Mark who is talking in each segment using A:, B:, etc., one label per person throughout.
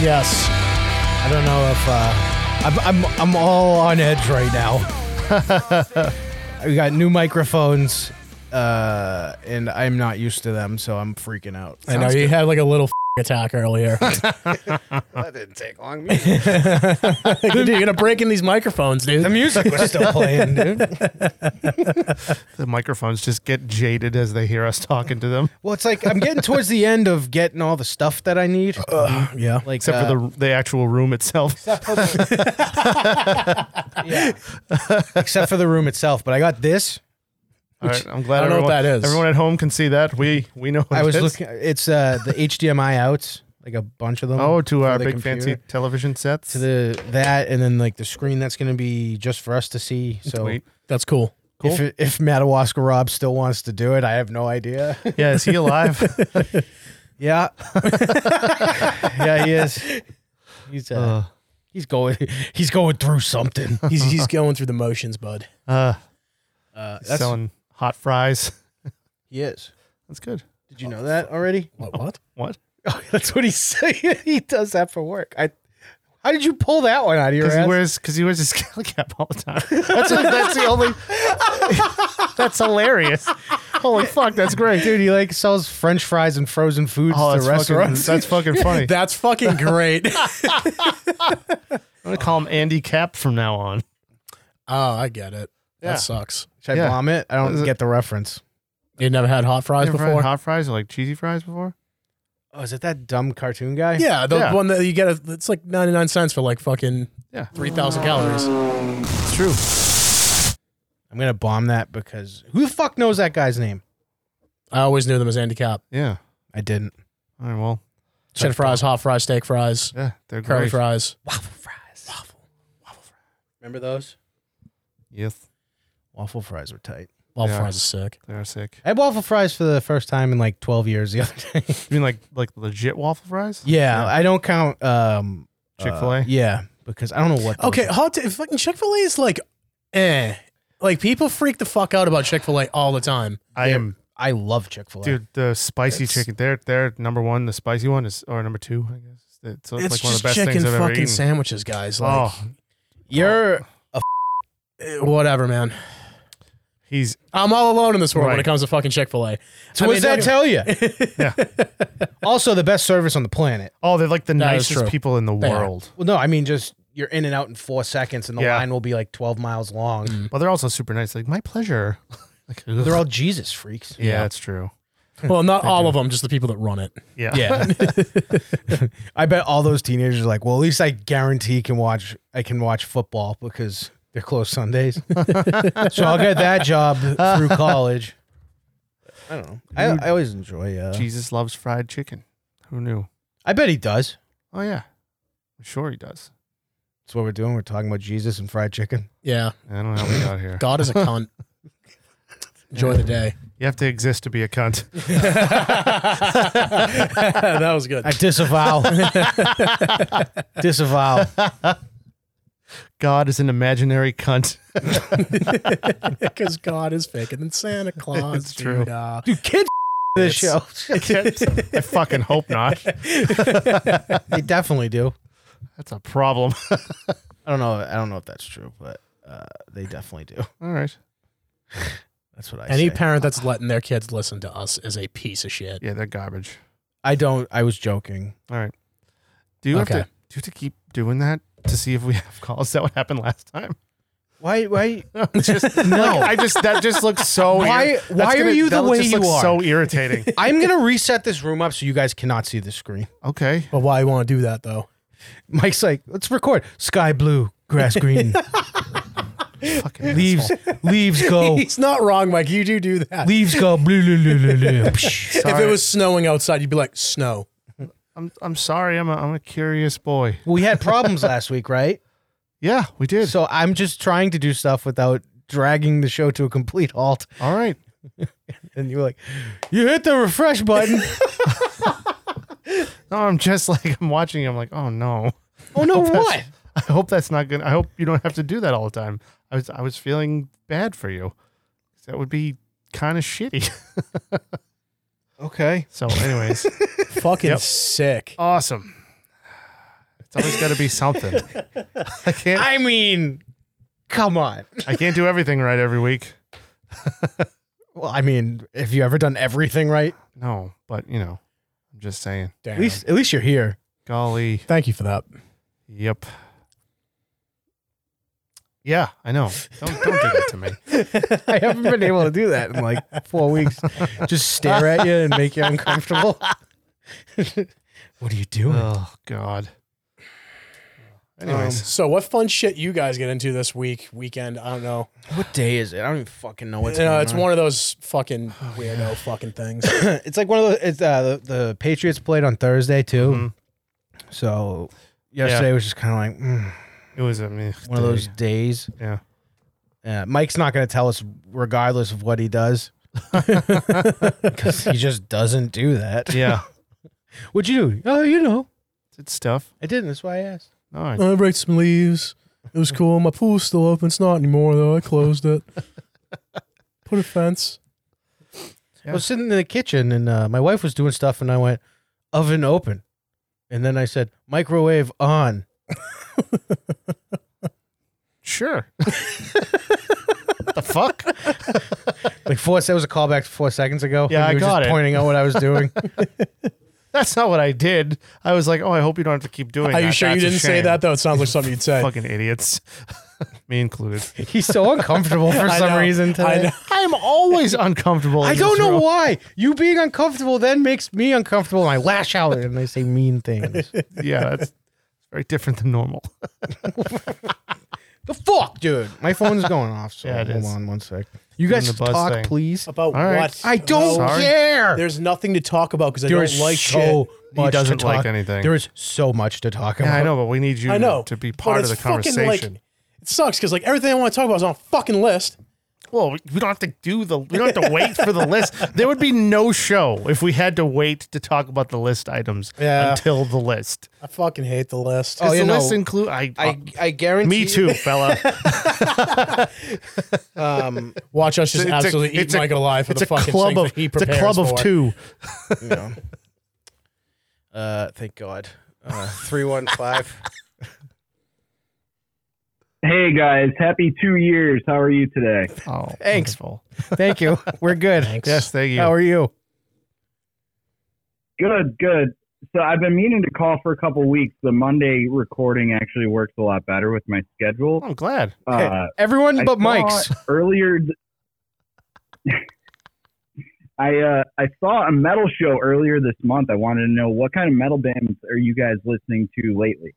A: Yes. I don't know if uh, I'm, I'm I'm all on edge right now. we got new microphones, uh, and I'm not used to them, so I'm freaking out.
B: I know you had like a little attack earlier.
C: That didn't take long. music.
B: dude, you're gonna break in these microphones,
A: The
B: dude.
A: music was still playing, dude.
C: the microphones just get jaded as they hear us talking to them.
A: Well, it's like I'm getting towards the end of getting all the stuff that I need.
B: Yeah.
A: like
C: Uh, Except
A: uh,
C: for the the actual room itself.
A: yeah. except for the room itself. But I got this.
C: All right, I'm glad
B: I don't know
C: everyone,
B: what that is.
C: Everyone at home can see that. We we know. What
A: I
C: it
A: was
C: is.
A: looking. It's uh, the HDMI outs, like a bunch of them.
C: Oh, to
A: for
C: our
A: the
C: big
A: computer.
C: fancy television sets.
A: to the that, and then like the screen that's going to be just for us to see. So
C: Sweet.
B: That's cool.
A: if if Madawaska Rob still wants to do it, I have no idea.
C: Yeah, is he alive?
A: yeah, yeah, he is. He's uh, he's going he's going through something.
B: He's he's going through the motions, bud.
C: uh,
A: Uh, that's,
C: selling hot fries.
A: he is.
C: That's good.
A: Did you know that already?
B: What? What?
C: What?
A: Oh, that's what he said. he does that for work. I. How did you pull that one out of your
C: Because he
A: ass?
C: wears because he wears his skull cap all the time. That's that's the only. that's hilarious. Holy fuck, that's great,
A: Dude, he like sells French fries and frozen foods
C: Oh,
A: to
C: that's fucking,
A: restaurants.
C: that's fucking funny.
B: That's fucking great. oh,
C: I'm gonna call him Andy Cap from now on.
B: Oh, I get it.
C: Yeah.
B: That sucks.
A: Should I
C: Yeah.
A: bomb it? I don't
C: Is it-
A: get the reference.
B: You never had hot fries
C: You ever had
B: before?
C: hot fries or like cheesy fries before?
A: Oh, is it that dumb cartoon guy?
B: yeah, the
C: Yeah.
B: one that you get. A, it's like ninety nine cents for like fucking
C: Yeah.
B: three thousand calories.
C: It's true.
A: I'm gonna bomb that because who the fuck knows that guy's name?
B: I always knew them as Andy Cap.
C: Yeah.
A: I didn't.
C: All right. Well.
B: Chin fries, hot fries, steak fries,
C: Yeah. They're
B: curly
C: great.
B: fries.
A: Waffle fries. Waffle. Waffle fries. Remember those?
C: Yes.
A: Waffle fries were tight.
B: Waffle
C: Yeah.
B: fries is sick.
C: They are sick.
A: I had waffle fries for the first time in like 12 years the other day.
C: You mean like like legit waffle fries?
A: yeah, I don't count um uh,
C: Chick-fil-A?
A: yeah, because I don't know what. those
B: Okay,
A: are.
B: hot t- fucking Chick Fil A is like, eh. Like people freak the fuck out about Chick Fil A all the time.
C: I am
A: I love Chick Fil A.
C: dude. The spicy
B: It's-
C: chicken. They're they're number one. The spicy one is or number two. I guess. It's, so it's,
B: It's
C: like one
B: just
C: of the best
B: chicken
C: things I've ever
B: fucking
C: eaten.
B: sandwiches, guys. Like,
C: oh,
A: you're
B: eh, whatever, man.
C: he's
B: I'm all alone in this world when
C: Right.
B: it comes to fucking Chick Fil A.
A: So what does that tell you?
C: Yeah.
A: Also, the best service on the planet.
C: oh they're like the
B: That is
C: nicest
B: true.
C: people in the
B: They are.
C: world.
A: Well, no, I mean just you're in and out in four seconds, and the
C: Yeah.
A: line will be like 12 miles long.
C: But they're also super nice. Like my pleasure. like, ugh.
A: They're all Jesus freaks.
C: yeah, that's true.
B: Well, not all of them, just the people that run it.
C: Yeah.
A: I bet all those teenagers are like, well, at least I guarantee can watch I can watch football because they're closed Sundays. so I'll get that job through college. I don't know. I, I always enjoy uh
C: Jesus loves fried chicken. Who knew?
A: I bet he does.
C: Oh yeah. I'm sure he does.
A: That's what we're doing. We're talking about Jesus and fried chicken.
B: Yeah,
C: I don't know how we got here.
B: God is a cunt. Enjoy the day.
C: You have to exist to be a cunt.
B: that was good.
A: I disavow. disavow.
C: God is an imaginary cunt.
B: Because God is faker than Santa Claus.
C: It's true.
B: dude, uh,
A: Dude, kid this show.
C: I fucking hope not.
A: they definitely do.
C: That's a problem.
A: I don't know. I don't know if that's true, but uh, they definitely do.
C: All right.
A: That's what I
B: Any
A: say.
B: parent that's letting their kids listen to us is a piece of shit.
C: Yeah, they're garbage.
A: I don't. I was joking.
C: All right. Do you
B: Okay.
C: have to do you have to keep doing that to see if we have calls? Is that what happened last time?
A: Why? Why?
C: It's just no. I just that just looks so
A: Why-
C: irri-
A: why
C: that's
A: are you the
C: that
A: way
C: just
A: you
C: looks
A: are?
C: So irritating.
A: I'm gonna reset this room up so you guys cannot see the screen.
C: okay.
B: But why you want to do that though?
A: Mike's like, let's record. Sky blue, grass green,
C: Fucking
A: leaves leaves go,
B: He's not wrong, Mike. You do do that.
A: leaves go. Blue, blue, blue, blue, blue. Psh.
B: If it was snowing outside, you'd be like, snow.
C: I'm I'm sorry. I'm a, I'm a curious boy.
A: we had problems last week, right?
C: Yeah, we did.
A: So I'm just trying to do stuff without dragging the show to a complete halt.
C: All right.
A: And you were like, you hit the refresh button.
C: No, I'm just like I'm watching. I'm like, oh no.
A: oh no, what?
C: I hope that's not good. I hope you don't have to do that all the time. I was I was feeling bad for you. That would be kind of shitty.
A: Okay.
C: So, anyways,
B: Fucking
C: Yep.
B: sick.
C: awesome. It's always got to be something. I can't.
A: I mean, come on.
C: I can't do everything right every week.
A: Well, I mean, have you ever done everything right?
C: No, but you know, I'm just saying.
A: At least, at least you're here.
C: Golly,
B: Thank you for that.
C: yep. Yeah, I know. Don't don't do that to me.
A: I haven't been able to do that in like four weeks. Just stare at you and make you uncomfortable. what are you doing?
C: Oh God. Anyways,
B: So, what fun shit you guys get into this week, weekend? I don't know.
A: what day is it? I don't even fucking know what's
B: you know,
A: going
B: it's
A: on.
B: one of those fucking weirdo fucking things.
A: it's like one of those. It's, uh, the, the Patriots played on Thursday too,
C: Mhm.
A: Mm-hmm. so yesterday was just kind of like mm,
C: it was I mean,
A: one of those days.
C: Yeah.
A: Uh, Mike's not going to tell us, regardless of what he does, because he just doesn't do that.
C: Yeah,
A: What'd you do? Oh, you know,
C: it's stuff.
A: I didn't. That's why I asked.
C: No, I-
B: I raked some leaves. It was cool. My pool's still open. It's not anymore though. I closed it. Put a fence.
A: I was sitting in the kitchen and uh, my wife was doing stuff, and I went, oven open. And then I said, microwave on.
C: sure. the fuck?
A: Like four, that was a callback to four seconds ago.
C: Yeah,
A: And
C: I
A: you were
C: got
A: just
C: it.
A: pointing out what I was doing.
C: That's not what I did. I was like, oh, I hope you don't have to keep doing.
B: Are
C: that.
B: you sure you
C: That's a
B: didn't say
C: shame."
B: that though? It sounds like something you'd say.
C: Fucking idiots, me included.
A: He's so uncomfortable for
B: I
A: some
B: know.
A: reason today.
B: I know.
C: I'm always uncomfortable.
A: I
C: in
A: don't
C: this
A: know
C: room.
A: why. You being uncomfortable then makes me uncomfortable and I lash out and I say mean things.
C: Yeah, that's very different than normal.
A: the fuck, dude? My phone's going off, so
C: Yeah, it
A: hold
C: is.
A: on one sec. You guys
C: the bus
A: talk,
C: thing.
A: please.
B: About
C: All right.
B: what?
A: I don't
B: No,
C: Sorry.
A: care.
B: There's nothing to talk about because I
A: There
B: don't
A: is
B: like
A: so
B: shit.
A: much
C: he doesn't
A: to talk.
C: like anything.
A: There is so much to talk about.
C: yeah, I know, but we need you
B: I know
C: to be
B: but
C: part
B: it's
C: of the
B: fucking, like,
C: conversation.
B: it sucks because like everything I want to talk about is on a fucking list.
C: well, we we don't have to do the. We don't have to wait for the list. There would be no show if we had to wait to talk about the list items
A: Yeah.
C: until the list.
B: I fucking hate the list.
A: Oh,
C: Does
A: you
C: the
A: know,
C: list include? I. uh,
A: I, I guarantee.
C: me too, fella.
A: Um,
B: Watch us just
C: It's a-
B: absolutely eat
C: it's a-
B: Michael alive for
C: It's
B: the
C: a
B: fucking
C: club
B: things
C: of.
B: that he
C: It's a
B: prepares
C: club of
B: for.
C: two.
A: you know. Uh, thank God. Uh, three one five.
D: Hey guys, happy two years. How are you today?
C: Oh,
A: Thanks.
C: wonderful.
A: Thank you. We're good.
B: Thanks.
C: Yes, thank you.
A: How are you?
D: Good, good. So I've been meaning to call for a couple weeks. The Monday recording actually works a lot better with my schedule.
C: I'm glad.
D: Uh,
A: Everyone
D: I
A: but
D: saw
A: Mike's.
D: earlier. th- I uh, I saw a metal show earlier this month. I wanted to know what kind of metal bands are you guys listening to lately?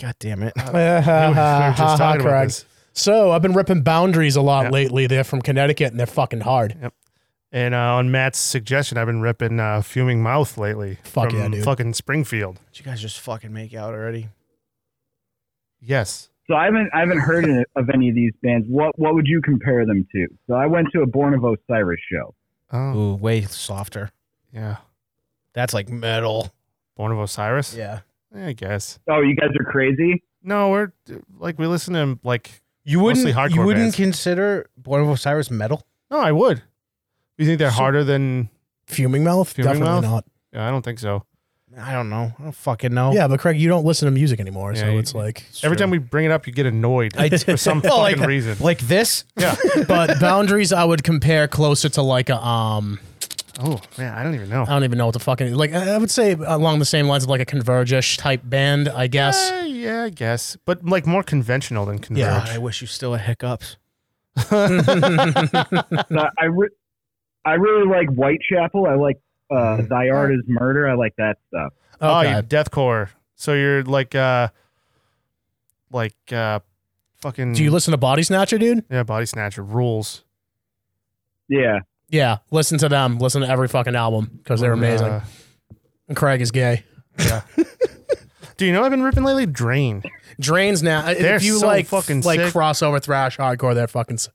A: God damn it.
B: We were
C: just talking about
B: Craig.
C: this.
B: So I've been ripping boundaries a lot
C: Yeah.
B: lately. They're from Connecticut and they're fucking hard.
C: And uh, on Matt's suggestion, I've been ripping uh, Fuming Mouth lately
B: Fuck
C: from
B: yeah, dude.
C: fucking Springfield.
A: Did you guys just fucking make out already?
C: Yes.
D: So I haven't I haven't heard of any of these bands. What what would you compare them to? So I went to a Born of Osiris show.
C: Oh,
A: Ooh, way softer.
C: yeah.
A: That's like metal.
C: Born of Osiris.
A: Yeah.
C: Yeah, I guess.
D: Oh, you guys are crazy.
C: No, we're like we listen to like.
A: You
C: Mostly
A: wouldn't
C: hardcore
A: you wouldn't
C: bands.
A: consider Born of Osiris metal?
C: No, I would. You think they're harder than?
B: Fuming mouth?
C: Fuming
B: Definitely not.
C: Mouth? Yeah, I don't think so.
A: I don't know. I don't fucking know.
B: Yeah, but Craig, you don't listen to music anymore, so
C: Oh. Yeah, you-
B: it's like.
C: Every time we bring it up, you get annoyed
A: I-
C: for some
A: Well,
C: fucking
A: like-
C: reason.
A: Like this?
C: yeah.
B: but boundaries, I would compare closer to like a um.
C: Oh man, I don't even know.
B: I don't even know what the fucking like. I I would say along the same lines of like a Converge-ish type band, I guess.
C: Eh, yeah, I guess, but like more conventional than converge.
A: God, I wish you still had hiccups.
D: So I re- I really like Whitechapel. I like uh, Thy Art Is Murder. I like that stuff.
C: Oh,
B: Okay.
C: you deathcore. So you're like, uh like, uh fucking.
B: Do you listen to Body Snatcher, dude?
C: yeah, body snatcher rules.
D: Yeah,
B: Yeah, listen to them. Listen to every fucking album because they're amazing.
C: Uh,
B: And Craig is gay.
C: do you know what I've been ripping lately? Drain.
B: Drains now. Uh,
C: They're
B: if you
C: so
B: like
C: fucking
B: like
C: sick.
B: crossover thrash hardcore, they're fucking. s-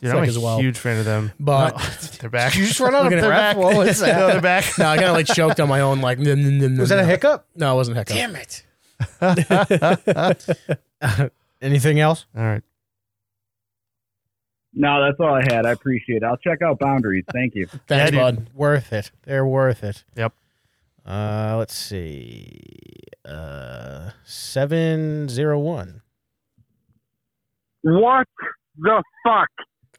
C: Dude, I'm
B: Sick
C: a
B: as well.
C: huge fan of them.
B: But-
C: No, they're back.
A: You just run out
B: Look at
A: of
B: it.
A: breath. What was
C: no,
A: that?
C: they're back.
B: No, I kind of like choked on my own. Like, nom, nom, nom,
A: was
B: nom,
A: that a
B: nom.
A: hiccup?
B: No, it wasn't a hiccup.
A: it. Anything else?
C: All right.
D: no, that's all I had. I appreciate it. I'll check out Boundaries. Thank you.
B: Thanks,
C: Yeah,
B: bud.
A: Worth it. They're worth it.
C: Yep.
A: Uh, let's see. Uh, seven zero one.
E: What the fuck?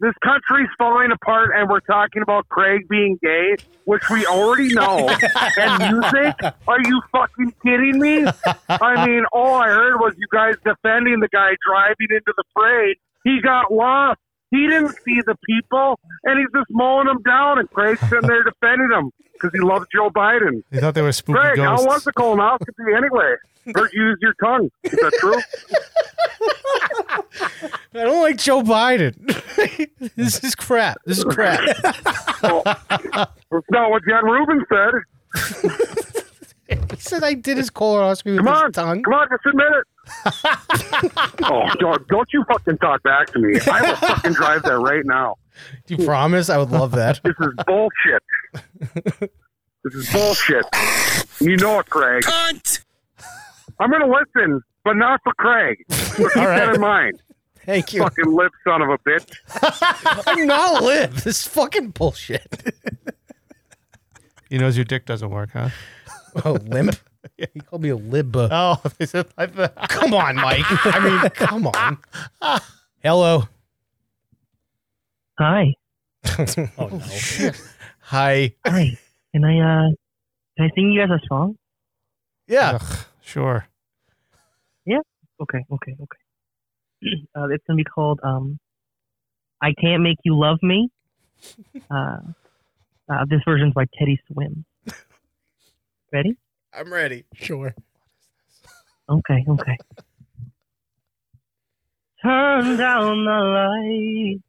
E: This country's falling apart, and we're talking about Craig being gay, which we already know. and music? Are you fucking kidding me? I mean, all I heard was you guys defending the guy driving into the parade. He got lost. He didn't see the people, and he's just mowing them down. And Craig's sitting there defending him because he loves Joe Biden.
C: They thought they were spooky
E: Craig,
C: ghosts.
E: how was the colonoscopy anyway? Heard you use your tongue. Is that true?
A: I don't like Joe Biden. this is crap. This is crap.
E: That's not what Jan Rubin said.
A: he said I did his colonoscopy with
E: Come on,
A: his tongue.
E: come on, just admit it. oh, don't, don't you fucking talk back to me. I will fucking drive there right now.
A: Do you promise? I would love that.
E: This is bullshit. this is bullshit. You know it, Craig. I'm going to listen, but not for Craig. So keep that in mind.
A: Thank you.
E: Fucking lip son of a bitch.
A: I'm not live. This is fucking bullshit.
C: You knows your dick doesn't work, huh?
A: Oh, limp. He called me a lib.
C: Oh, they said like that.
A: Come on, Mike. I mean, come on. Hello.
F: Hi.
A: oh no. Hi.
F: Hi. Can I uh can I sing you guys a song?
A: Yeah.
C: Ugh, sure.
F: Okay, okay, okay. Uh, it's gonna be called um I Can't Make You Love Me. Uh, uh this version's by Teddy Swim. Ready?
A: I'm ready.
B: Sure.
F: Okay, okay. Turn down the light.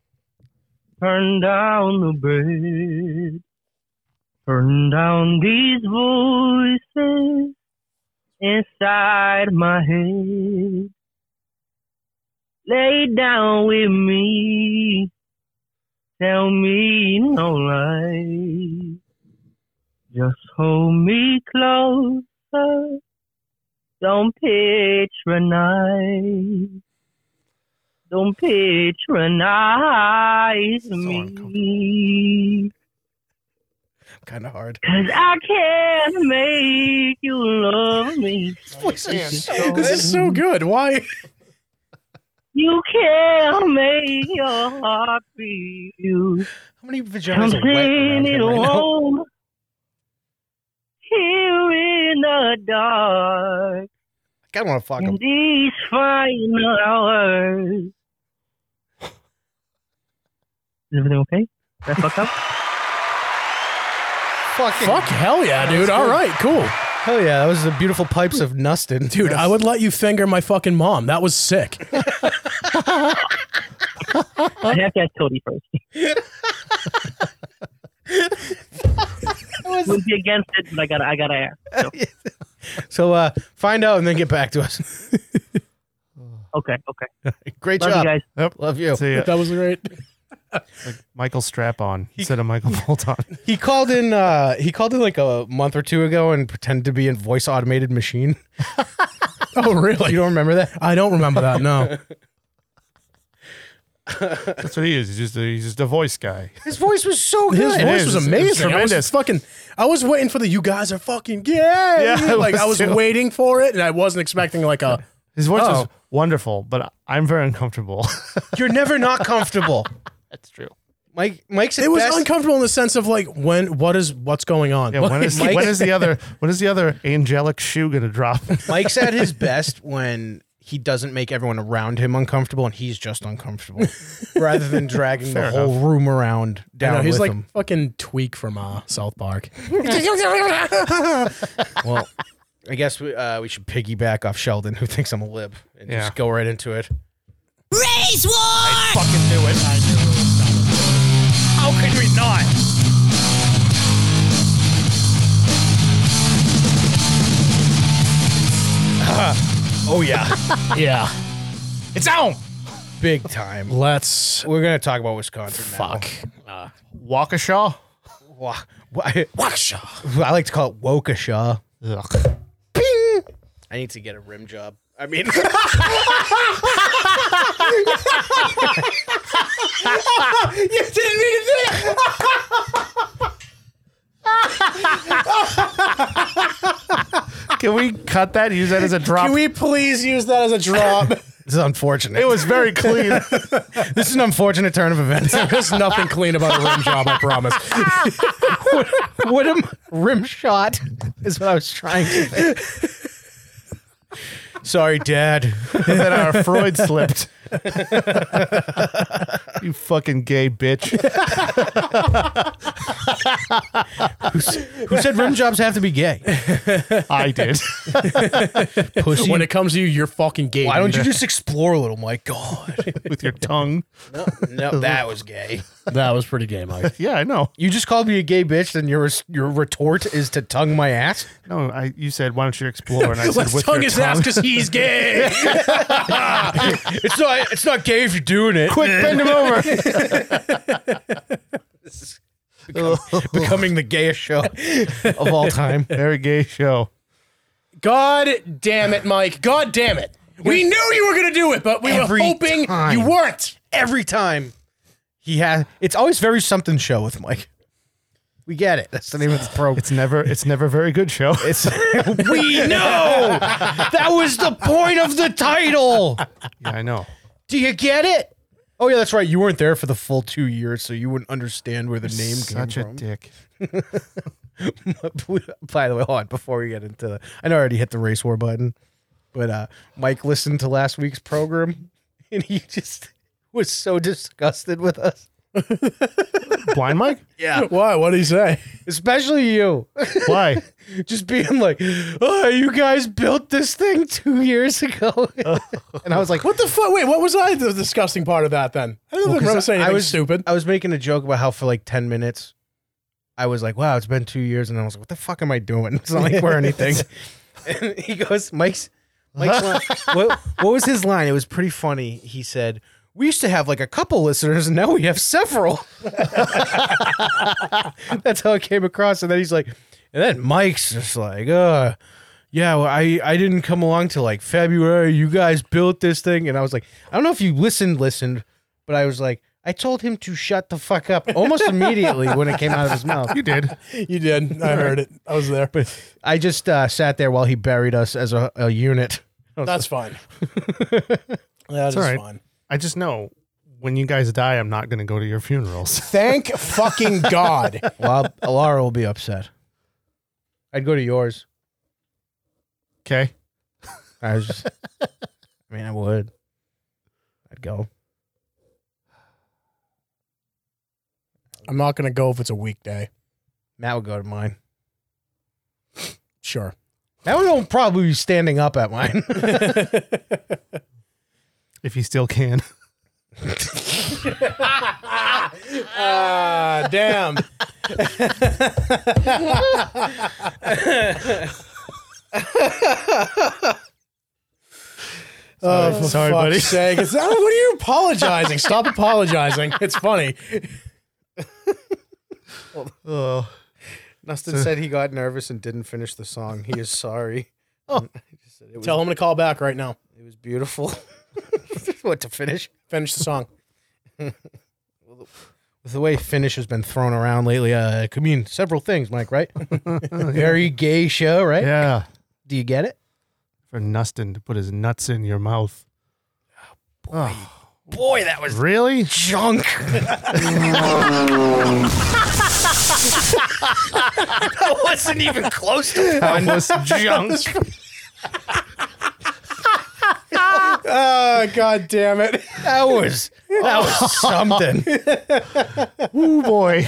F: Turn down the bed. Turn down these voices inside my head. Lay down with me. Tell me no lies. Just hold me closer don't patronize. Don't patronize me.
A: Kind of hard.
F: Cause I can't make you love me.
B: This is so good. Why?
F: You can't make your heart beat you.
A: How many vaginas are
F: Something
A: wet around
F: it
A: here right now?
F: won't. Here in the dark.
A: I kind of want to fuck
F: In
A: him.
F: these final hours. Is everything okay? Did I fuck up?
A: Fucking
B: Fuck hell yeah, dude. All right, cool.
A: hell yeah! That was the beautiful pipes of Nustin,
B: Dude, I would let you finger my fucking mom. That was sick.
F: I have to ask Cody first. Wouldn't be against it, but I gotta, I gotta ask.
A: So uh, find out and then get back to us.
F: Okay, okay.
A: Great
F: Love
A: job.
F: you guys.
A: Love you.
C: See, uh,
B: That was great.
C: like Michael Strap on instead of Michael Bolton.
A: He called in. Uh, he called in like a month or two ago and pretended to be a voice automated machine.
B: Oh,
A: You
B: really?
A: don't remember that?
B: I don't remember that. No.
C: That's what he is. He's just a, he's just a voice guy.
A: His voice was so good.
B: His voice was
C: It's
B: amazing. I was
C: tremendous.
B: fucking. I was waiting for the "you guys are fucking gay." Yeah,
C: I
B: like I was
C: was too.
B: waiting for it, and I wasn't expecting like a.
C: His voice
B: Oh.
C: is wonderful, but I'm very uncomfortable.
A: You're never not comfortable.
C: That's true.
A: Mike. Mike's at
B: It was
A: best-
B: uncomfortable in the sense of like when what is what's going on.
C: Yeah, when is
A: Mike-
C: when is the other when is the other angelic shoe gonna drop?
A: Mike's at his best when he doesn't make everyone around him uncomfortable and he's just uncomfortable rather than dragging the
C: Fair
A: whole room around
B: You
A: down
B: know, he's
A: with
B: like
A: him.
B: fucking tweak from uh, South Park.
A: Well, I guess we, uh, we should piggyback off Sheldon, who thinks I'm a lib, and
C: Yeah.
A: just go right into it.
G: Race war!
C: Fucking do it.
G: How could we not?
A: Oh, yeah.
B: yeah,
A: it's on! Big time.
B: let's
A: We're going to talk about Wisconsin
B: fuck.
C: Waukesha.
A: now. Wa- wa- I I like to call it Waukesha.
C: Ugh.
A: I need to get a rim job. I mean,
C: Can we cut that? Use that as a drop.
H: Can we please use that as a drop?
A: This is unfortunate.
C: it was very clean.
A: this is an unfortunate turn of events.
H: There's nothing clean about a rim job, I promise.
A: what am rim shot is what I was trying to think. Sorry, Dad.
C: and then our Freud slipped. you fucking gay bitch.
A: Who said rim jobs have to be gay?
C: I did.
A: Pussy.
H: When it comes to you, you're fucking gay.
A: Why don't you just explore a little? My God.
C: With your tongue.
A: No, no, that was gay.
H: That was pretty gay, Mike.
C: Yeah, I know.
A: You just called me a gay bitch, then your your retort is to tongue my ass.
C: No, I you said why don't you explore? And I said
H: Let's
C: with
H: tongue
C: your
H: his
C: tongue.
H: ass because he's gay.
A: It's not it's not gay if you're doing it.
C: Quick, bend him over.
A: Becoming the gayest show of all time.
C: Very gay show.
H: God damn it, Mike. God damn it. We knew you were going to do it, but we were
A: Every
H: hoping
A: time.
H: you weren't.
A: Every time he has, it's always very something show with Mike. We get it. That's the name of the program.
C: It's never it's never a very good show.
A: It's we know that was the point of the title.
C: Yeah, I know.
A: Do you get it? Oh yeah, that's right. You weren't there for the full two years, so you wouldn't understand where the name
C: Such a
A: came
C: dick.
A: from. By the way, hold on. Before we get into, the, I know I already hit the race war button, but uh, Mike listened to last week's program, and he just was so disgusted with us,
C: Blind Mike?
B: Why? What did he say?
A: especially you.
C: Why?
A: just being like, "Oh, you guys built this thing two years ago," and I was like,
B: What the fuck? Wait, what was I the disgusting part of that then? I don't
A: Well, 'cause
B: remember saying
A: I
B: anything
A: was-
B: stupid.
A: I was making a joke about how for like 10 minutes, I was like, wow, it's been two years. And I was like, what the fuck am I doing? It's not like we're anything. and he goes, Mike's, Mike's line, what, what was his line? It was pretty funny. He said, we used to have like a couple listeners and now we have several. That's how it came across. And then he's like, and then Mike's just like, uh, yeah, well, I, I didn't come along till like February. You guys built this thing. And I was like, I don't know if you listened, listened, but I was like, I told him to shut the fuck up almost immediately when it came out of his mouth.
C: You did.
B: You did. I heard it. I was there.
A: I just uh, sat there while he buried us as a, a unit.
B: That's fine. That's
C: all right.
B: fine.
C: I just know when you guys die, I'm not gonna go to your funerals.
B: Thank fucking God.
A: Well, Laura will be upset. I'd go to yours.
C: Okay.
A: I was just, I mean, I would. I'd go.
B: I'm not gonna go if it's a weekday.
A: Matt would go to mine.
B: Sure.
A: Matt would probably be standing up at mine.
C: If you still can.
B: Ah, damn. Oh, for
C: Sorry,
B: fuck's
C: buddy.
B: sake. It's, I don't- what are you apologizing? Stop apologizing. It's funny.
C: Oh.
A: Dustin said he got nervous and didn't finish the song. He is sorry.
C: Oh.
B: Tell him to call back right now.
A: It was beautiful. what to finish?
B: Finish the song.
A: With the way finish has been thrown around lately, uh, it could mean several things, Mike, right? Very gay show, right?
C: Yeah.
A: Do you get it?
C: For Nustin to put his nuts in your mouth. Oh,
A: Boy, that was
C: really?
A: junk. that wasn't even close to it.
C: That was junk.
B: Oh, God damn it.
A: That was, that was something.
C: Ooh boy.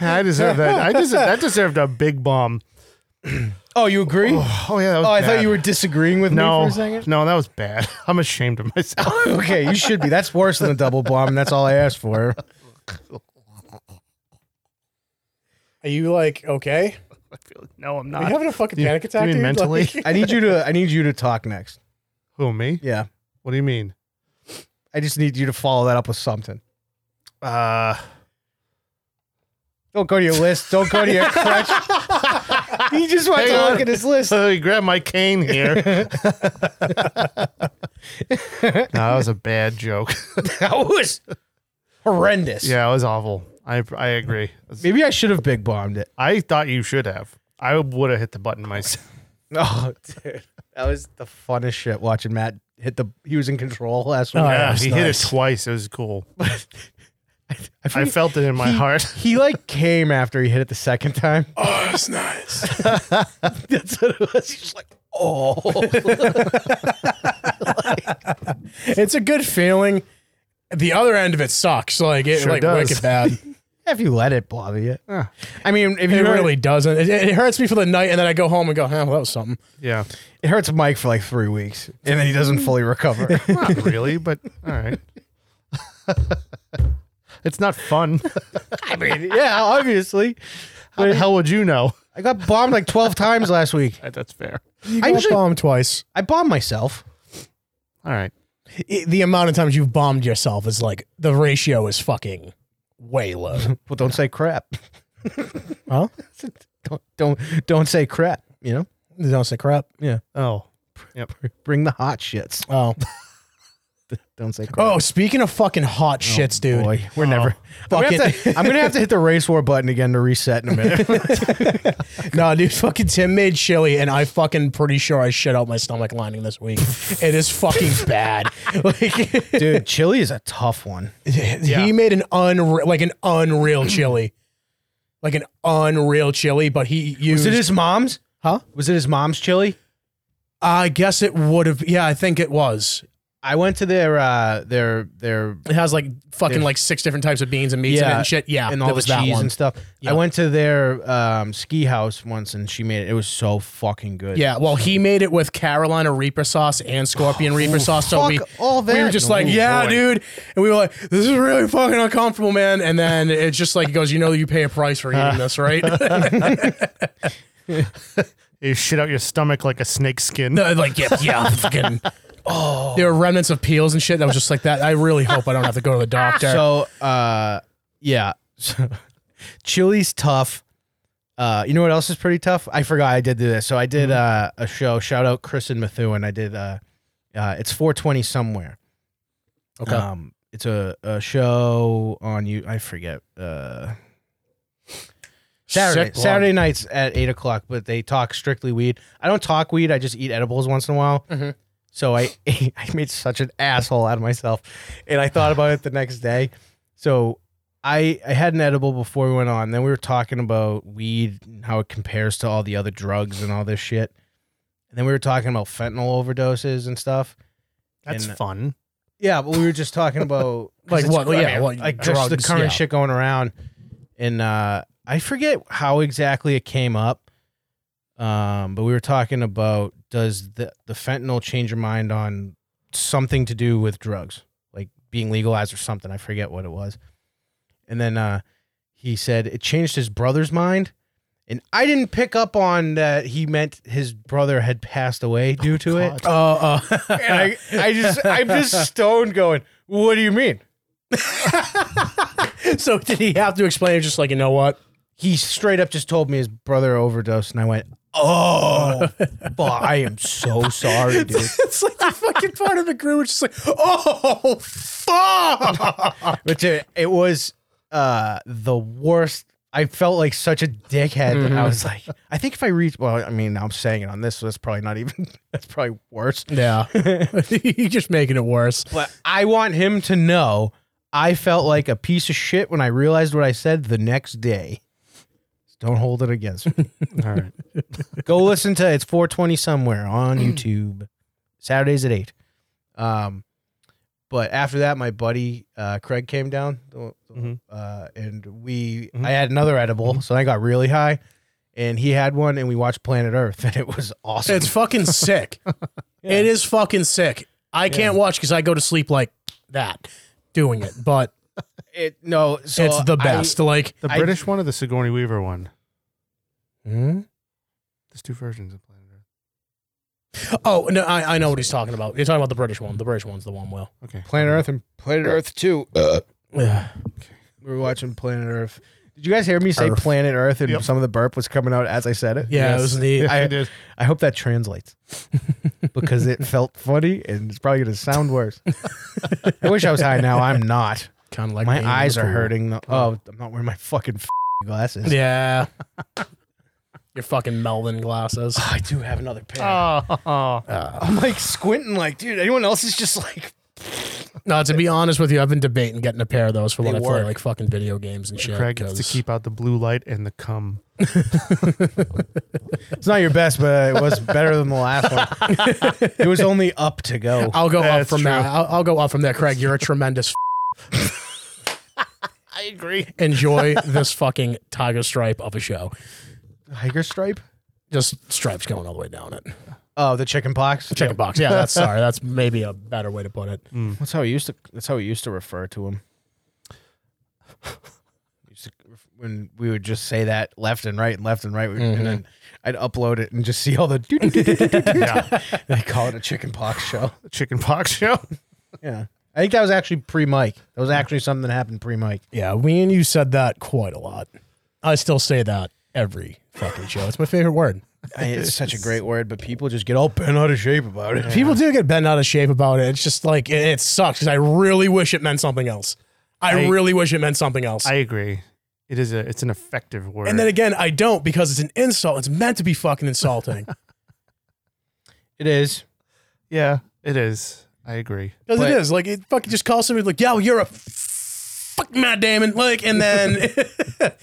C: I deserve that. I deserve, that deserved a big bomb.
A: Oh, you agree? Oh,
C: Oh yeah, that was
A: I
C: bad.
A: thought you were disagreeing with
C: no,
A: me for a second.
C: no, that was bad. I'm ashamed of myself.
A: okay, you should be. That's worse than a double bomb. and That's all I asked for.
B: Are you like, okay?
C: No, I'm
B: Are you having a fucking
C: Uh, You-
B: panic attack?
C: you mean
B: dude?
C: mentally?
B: Like-
A: I need you to. I need you to talk next.
C: Who me?
A: Yeah,
C: What do you mean?
A: I just need you to follow that up with something.
C: Uh,
A: Don't go to your list. Don't go to your crutch. he just wants
C: Hang
A: to look
C: on.
A: at his list.
C: so you grab my cane here. no, that was a bad joke.
A: That was horrendous.
C: yeah, it was awful. I I agree.
A: Maybe I should have big bombed it.
C: I thought you should have. I would have hit the button myself.
A: Oh, dude, that was the funnest shit. Watching Matt hit the, he was in control last week.
B: Oh, yeah,
C: yeah,
B: it's
C: he hit it
B: nice.
C: twice. It was cool.
A: I,
C: I
A: forget-
C: felt it in my
A: he-
C: heart.
A: He like came after he hit it the second time.
B: Oh, that's nice.
A: That's what it was. He's just like, oh,
B: it's a good feeling. The other end of it sucks. Like it
C: Sure
B: like
C: does.
B: wicked bad.
A: if you let it bother you.
C: Yeah.
A: I mean, if
B: It
A: you really,
B: really doesn't. It, it hurts me for the night, and then I go home and go, "Huh, well, that was something."
C: Yeah,
A: it hurts Mike for like three weeks, and then he doesn't fully recover.
C: not really, but all right. it's not fun.
A: I mean, yeah, obviously.
C: How the hell would you know?
A: I got bombed like twelve times last week.
C: That's fair.
B: You
A: I
B: got
A: usually-
B: bombed twice.
A: I bombed myself.
C: All right.
B: I- the amount of times you've bombed yourself is like the ratio is fucking way low.
A: Well, don't say crap.
B: huh?
A: Don't don't don't say crap. You know,
B: Don't say crap. Yeah.
C: Oh,
A: bring the hot shits.
B: Oh.
A: Don't say crap.
B: Oh, speaking of fucking hot shits, dude.
A: Oh, Boy, we're never.
C: Oh.
A: I'm, gonna have to, I'm gonna have to hit the race war button again to reset in a minute.
B: No, dude, fucking Tim made chili, and I fucking pretty sure I shit out my stomach lining this week. it is fucking bad. Like,
A: Dude, chili is a tough one.
B: he made an unreal, like an unreal chili, like an unreal chili. But he
A: Was
B: used.
A: it his mom's?
B: Huh?
A: Was it his mom's chili?
B: I guess it would have. Yeah, I think it was.
A: I went to their uh their their
B: It has like fucking
A: Yeah.
B: like six different types of beans and meats in it
A: Yeah,
B: and shit. Yeah,
A: and
B: there
A: all the
B: was
A: cheese
B: Ah, that one.
A: and stuff.
B: Yeah.
A: I went to their um ski house once and she made it. It was so fucking good.
B: Yeah, well, he made it with Carolina Reaper sauce and Scorpion Reaper sauce. So
A: Oh, Fuck
B: we
A: all that.
B: we were just like,
A: Ooh,
B: yeah,
A: Oh, boy.
B: dude, and we were like, this is really fucking uncomfortable, man. And then it's just like it goes, you know, you pay a price for eating this, right?
C: you shit out your stomach like a snake skin.
B: No, like yeah, yeah, fucking. Oh, there were remnants of peels and shit. That was just like that. I really hope I don't have to go to the doctor.
A: So uh yeah. So, chili's tough. Uh, you know what else is pretty tough? I forgot I did do this. So I did uh, a show. Shout out Chris and Methuen. I did. Uh, uh, it's 420 somewhere.
B: Okay.
A: Um, it's a, a show on you. I forget. Uh, Saturday,
B: Sick blood.
A: Saturday nights at eight o'clock, but they talk strictly weed. I don't talk weed. I just eat edibles once in a while.
B: Mhm.
A: So I I made such an asshole out of myself, and I thought about it the next day. So I I had an edible before we went on. Then we were talking about weed and how it compares to all the other drugs and all this shit. And then we were talking about fentanyl overdoses and stuff.
C: That's
A: and-
C: fun.
A: Yeah, but we were just talking about 'cause
B: Like
A: it's-
B: what-
A: I
B: yeah, what
A: like just the
B: drugs,
A: current
B: yeah.
A: shit going around, and uh, I forget how exactly it came up, um, but we were talking about does the the fentanyl change your mind on something to do with drugs, like being legalized or something? I forget what it was, and then uh, he said it changed his brother's mind. And I didn't pick up on that he meant his brother had passed away due to it.
B: uh, uh,
A: And I, I just, I'm just stoned going, what do you mean?
B: so did he have to explain? Just like you know what?
A: He straight up just told me his brother overdosed, and I went, oh, fuck, I am so sorry, dude.
B: it's like the fucking part of the crew, which is like, oh fuck.
A: But dude, it was uh, the worst. I felt like such a dickhead. that I was like, I think if I reach, well, I mean, I'm saying it on this, so that's probably not even, that's probably worse.
B: Yeah, you're just making it worse.
A: But I want him to know I felt like a piece of shit when I realized what I said the next day. Don't hold it against me.
C: All right.
A: go listen to it's 420 somewhere on YouTube. Saturdays at eight. Um, but after that, my buddy uh, Craig came down, uh,
C: Mhm.
A: and we
C: Mhm.
A: I had another edible, so I got really high, and he had one, and we watched Planet Earth, and it was awesome.
B: It's fucking sick. It is fucking sick. I can't watch because I go to sleep like that doing it, but
A: It- no, so
B: it's the
A: I-
B: best. like,
C: The
A: I-
C: British one or the Sigourney Weaver one?
B: Hmm?
C: There's two versions of Planet Earth.
B: oh no, I, I know what he's talking about. You're talking about the British one. The British one's the one. Will
C: Okay.
A: Planet Earth and Planet Earth Two.
B: yeah,
A: We were watching Planet Earth. Did you guys hear me say
B: Earth.
A: Planet Earth, and
C: Yep.
A: some of the burp was coming out as I said it?
B: yeah.
C: Yes.
B: It was the
A: I-
C: I did.
A: I hope that translates because it felt funny and it's probably going to sound worse. I wish I was high now. I'm not.
B: kind of like
A: my
B: being
A: eyes are
B: cool.
A: hurting. though. oh, I'm not wearing my fucking f- glasses.
B: Yeah, Your fucking Melvin glasses.
A: Oh, I do have another pair.
C: Oh,
A: I'm like squinting, like, dude, anyone else is just like,
B: No, to be honest with you, I've been debating getting a pair of those for when
A: They
B: I play
A: work.
B: like fucking video games and shit.
C: Craig gets to
B: 'cause-
C: keep out the blue light and the cum.
A: it's not your best, but it was better than the last one. it was only up to go.
B: I'll go up
C: That's
B: from
C: true.
B: that. I'll, I'll go up from that, Craig. You're a tremendous.
C: I agree.
B: Enjoy this fucking tiger stripe of a show.
A: Tiger stripe?
B: Just stripes going all the way down it.
A: Oh, the chicken pox.
B: Chicken box. Yeah, that's sorry. That's maybe a better way to put it.
A: That's how we used to. That's how we used to refer to him. We used to- When we would just say that left and right and left and right, we- and then I'd upload it and just see all the. I call it a chicken pox show.
C: Chicken pox show.
A: Yeah, I think that was actually pre Mike. That was actually something that happened pre Mike.
B: Yeah, me and you said that quite a lot. I still say that every fucking show. It's my favorite word.
A: It's such a great word, but people just get all bent out of shape about it.
B: People do get bent out of shape about it. It's just like it, it sucks because I really wish it meant something else. I,
C: I-
B: really wish it meant something else.
C: I agree. It is a. It's an effective word.
B: and then again, I don't because it's an insult. It's meant to be fucking insulting.
A: It is.
C: yeah, it is. I agree.
B: Because
A: But-
B: it is like it fucking just calls somebody like, "Yo, you're a fuck Matt Damon," like, and then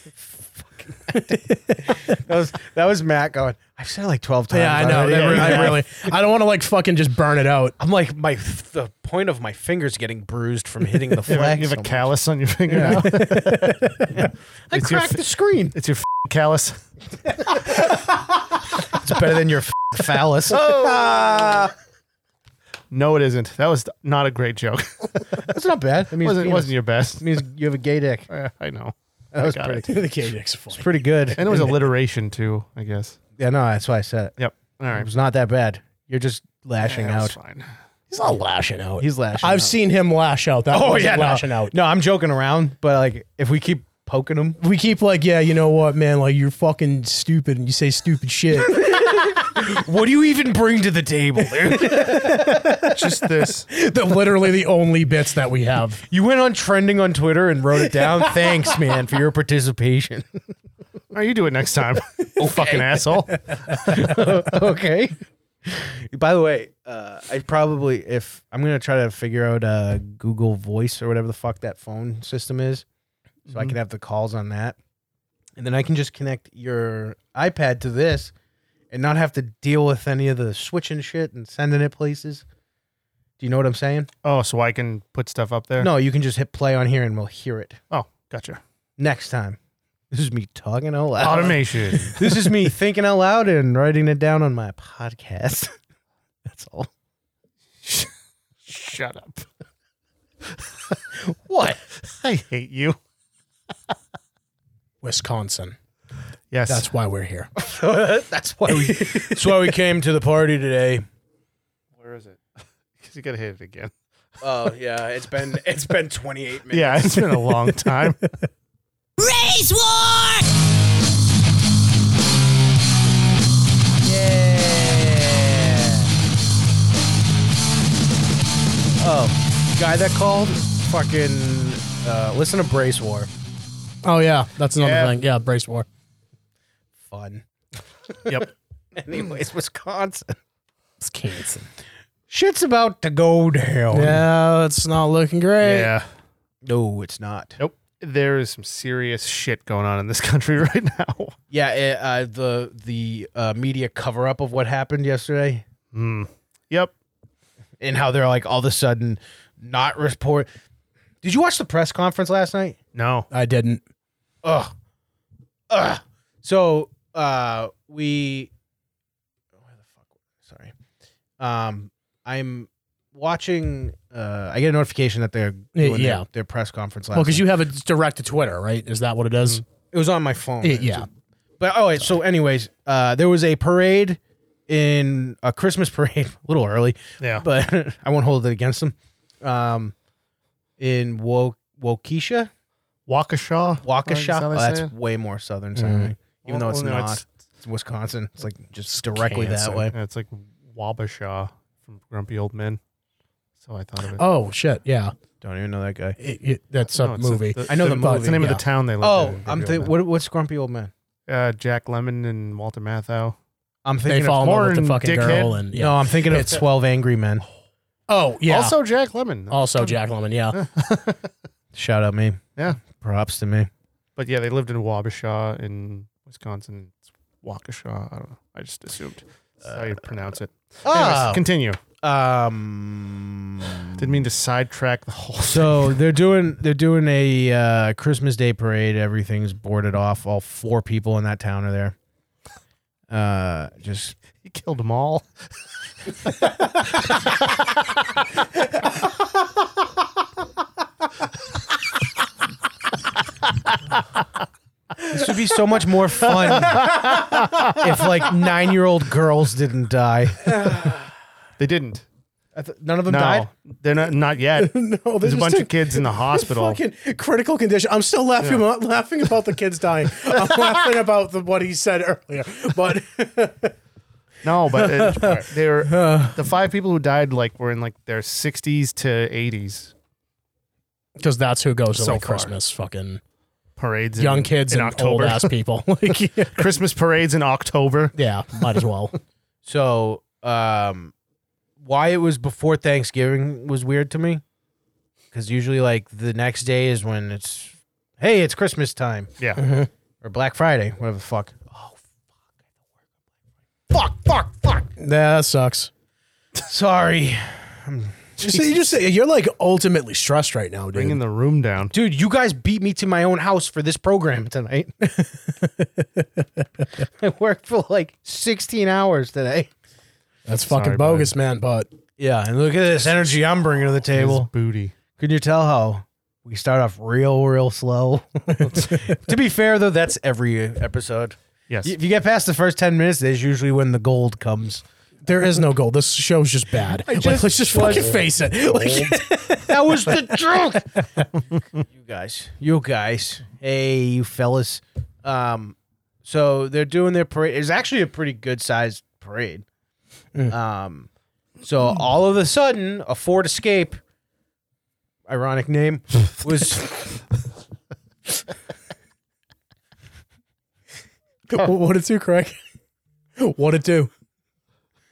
A: That was that was Matt going. I've said it like twelve times.
B: yeah, I know.
A: already."
B: that really- I really, I don't want to like fucking just burn it out.
A: I'm like my the point of my fingers getting bruised from hitting the
C: You have, a-
A: flag.
C: you have
A: so
C: a
A: much.
C: callus on your finger now.
A: I
C: It's your
A: cracked
C: fi-
A: the screen.
C: It's your f- callus.
A: It's better than your f- phallus. Ah,
C: Oh! No, it isn't. That was not a great joke.
A: that's not bad. It means,
C: wasn't
A: penis.
C: wasn't your best.
A: It means you have a gay dick.
C: Eh, I know.
A: That was
C: got
A: pretty.
B: the K-Dicks are funny.
A: Pretty good.
C: And it was alliteration too, I guess.
A: yeah, no, that's why I said it.
C: Yep. All right.
A: It was not that bad. You're just lashing
C: Yeah, it was
A: out.
C: fine.
B: He's not lashing out.
A: He's lashing.
B: I've
A: out.
B: seen him lash out. That
A: Oh
B: wasn't
A: yeah, no.
B: lashing out.
A: No, I'm joking around, but like if we keep poking him,
B: We keep like, yeah, you know what, man? Like you're fucking stupid, and you say stupid shit.
A: what do you even bring to the table, dude?
C: Just this.
B: That literally the only bits that we have.
A: you went on trending on Twitter and wrote it down. Thanks, man, for your participation.
C: All right, you do it next time. Oh, fucking asshole.
A: okay. By the way, uh, I probably if I'm gonna try to figure out uh, Google Voice or whatever the fuck that phone system is, so I can have the calls on that, and then I can just connect your iPad to this, and not have to deal with any of the switching shit and sending it places. Do you know what I'm saying?
C: Oh, so I can put stuff up there?
A: No, you can just hit play on here and we'll hear it
C: Oh, gotcha.
A: next time. This is me talking out loud.
C: Automation.
A: this is me thinking out loud and writing it down on my podcast. That's all.
C: Shut up.
A: What?
C: I hate you.
B: Wisconsin.
C: Yes.
B: That's why we're here.
A: that's why we that's why we came to the party today.
C: Where is it? Because you got to hit it again.
A: Oh yeah, it's been it's been 28 minutes.
C: Yeah, it's been a long time.
G: Raise war!
A: Oh, guy that called fucking uh, listen to Brace War.
B: Oh yeah, that's another
C: Yeah.
B: thing. Yeah, brace war.
A: Fun.
C: Yep.
A: Anyways, Wisconsin.
B: Wisconsin.
A: Shit's about to go down.
B: Yeah, it's not looking great.
C: Yeah.
A: No, it's not.
C: Nope. There is some serious shit going on in this country right now.
A: Yeah, eh, uh, the the uh, media cover up of what happened yesterday
C: Hmm. Yep.
A: and how they're like all of a sudden not report. Did you watch the press conference last night?
C: No.
B: I didn't.
A: Ugh. Ugh. So uh we where the fuck sorry. Um I'm watching uh I get a notification that they're
B: Yeah,
A: doing
B: yeah.
A: Their, their press conference last
B: Well, because
A: night.
B: you have it direct to Twitter, right? Is that what it is?
A: it was on my phone.
B: Yeah, yeah.
A: But oh wait, so anyways, uh there was a parade in a Christmas parade, a little early,
C: Yeah.
A: but I won't hold it against them. Um in Wo- Waukesha,
C: Waukesha. Is
A: Waukesha.
C: that
A: Oh,
C: what they
A: that's
C: say?
A: way more southern
B: Mhm.
A: sounding, even though
C: Well,
A: it's
C: no,
A: not. It's Wisconsin. It's like just directly that
B: Wisconsin.
A: way.
C: Yeah, it's like Wabasha from Grumpy Old Men. So I thought of it.
B: Oh shit, yeah.
A: Don't even know that guy.
B: It- it- that's
C: No,
B: a
C: it's
B: movie.
C: the-
A: I know the
C: It's the name
A: movie,
C: of
B: yeah.
C: the town they live in.
A: Oh,
C: Grumpy
A: I'm
C: Old
A: th-
C: Men.
A: what, what's Grumpy Old Man?
C: uh, Jack Lemon and Walter Matthau.
A: I'm
B: They
A: thinking
B: fall
A: of
B: in love with the
C: porn,
B: fucking
C: dickhead.
B: girl, and yeah.
A: No, I'm thinking of
B: It's-
A: 12 Angry Men.
B: Oh yeah. Also,
C: Also Jack Lemon.
B: Jack Lemmon. Yeah.
A: Shout out me.
C: Yeah.
A: Props to me.
C: But yeah, they lived in Wabasha in Wisconsin. It's Waukesha. I don't know. I just assumed. That's how you pronounce it. Anyways,
A: Uh, Oh.
C: continue.
A: Um
C: Didn't mean to sidetrack the whole
A: So they're doing they're doing a uh, Christmas Day parade. Everything's boarded off. All four people in that town are there. Uh, just
C: He killed them all.
A: this would be so much more fun if like nine year old girls didn't die.
C: They didn't.
A: I th- None of them
C: no,
A: died.
C: they're not. Not yet.
B: no,
C: There's a bunch of kids in the hospital.
B: Fucking critical condition. I'm still laughing. I'm not laughing about the kids dying. I'm laughing about the, what he said earlier. But
C: No, but it, they were the five people who died. Like were in like their 60s to 80s.
B: because that's who goes to
C: So
B: like
C: far.
B: Christmas, fucking
C: Parades, in-
B: young kids
C: in
B: and old
C: October.
B: ass people. like, yeah.
C: Christmas parades in October.
B: yeah, might as well.
A: So, um, why it was before Thanksgiving was weird to me, because usually like the next day is when it's hey, it's Christmas time.
C: Yeah.
A: Or Black Friday, whatever the fuck.
B: fuck, fuck, fuck. That sucks.
A: Sorry,
B: You say- you just say- you're like ultimately stressed right now, dude.
C: Bringing the room down.
A: dude. You guys beat me to my own house for this program tonight. I worked for like sixteen hours today.
B: that's fucking
C: Sorry, bud.
B: bogus, man. But
A: Yeah, and look at this energy I'm bringing to the
C: His
A: table.
C: booty.
A: Could you tell how we start off real, real slow? to be fair, though, that's every episode.
C: Yes.
A: If you get past the first 10 minutes, that's usually when the gold comes.
B: there is no goal. This show's just bad. Like,
A: just
B: let's just
A: was-
B: fucking face it. Like,
A: That was the truth. you guys, you guys, hey, you fellas. Um, so they're doing their parade. It's actually a pretty good sized parade. Um, so all of a sudden, a Ford Escape, ironic name, was
B: what it do, Craig? What it do?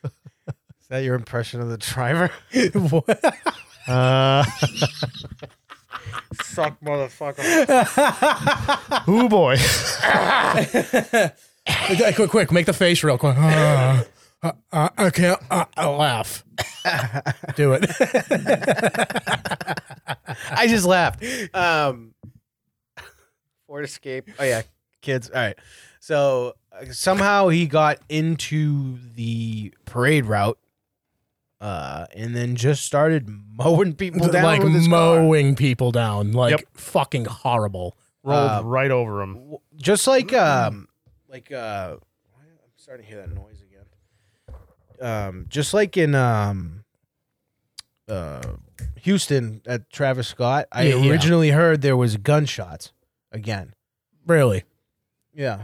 A: Is that your impression of the driver?
C: Uh,
A: Suck, motherfucker.
C: oh boy.
B: Okay, quick, quick, make the face real quick. Uh, uh, uh, I can't uh, uh, laugh. Do it.
A: I just laughed. Um, Ford Escape. Oh yeah, kids. All right. So uh, somehow he got into the parade route, uh, and then just started mowing people down
B: like
A: with his car.
B: mowing people down, like
C: Yep.
B: fucking horrible.
C: Rolled
A: Uh,
C: right over him.
A: W- just like
C: Mm-hmm.
A: um like uh why- I'm starting to hear that noise again. Um just like in um uh Houston at Travis Scott, I
B: Yeah, yeah.
A: originally heard there was gunshots again.
B: Really?
A: Yeah.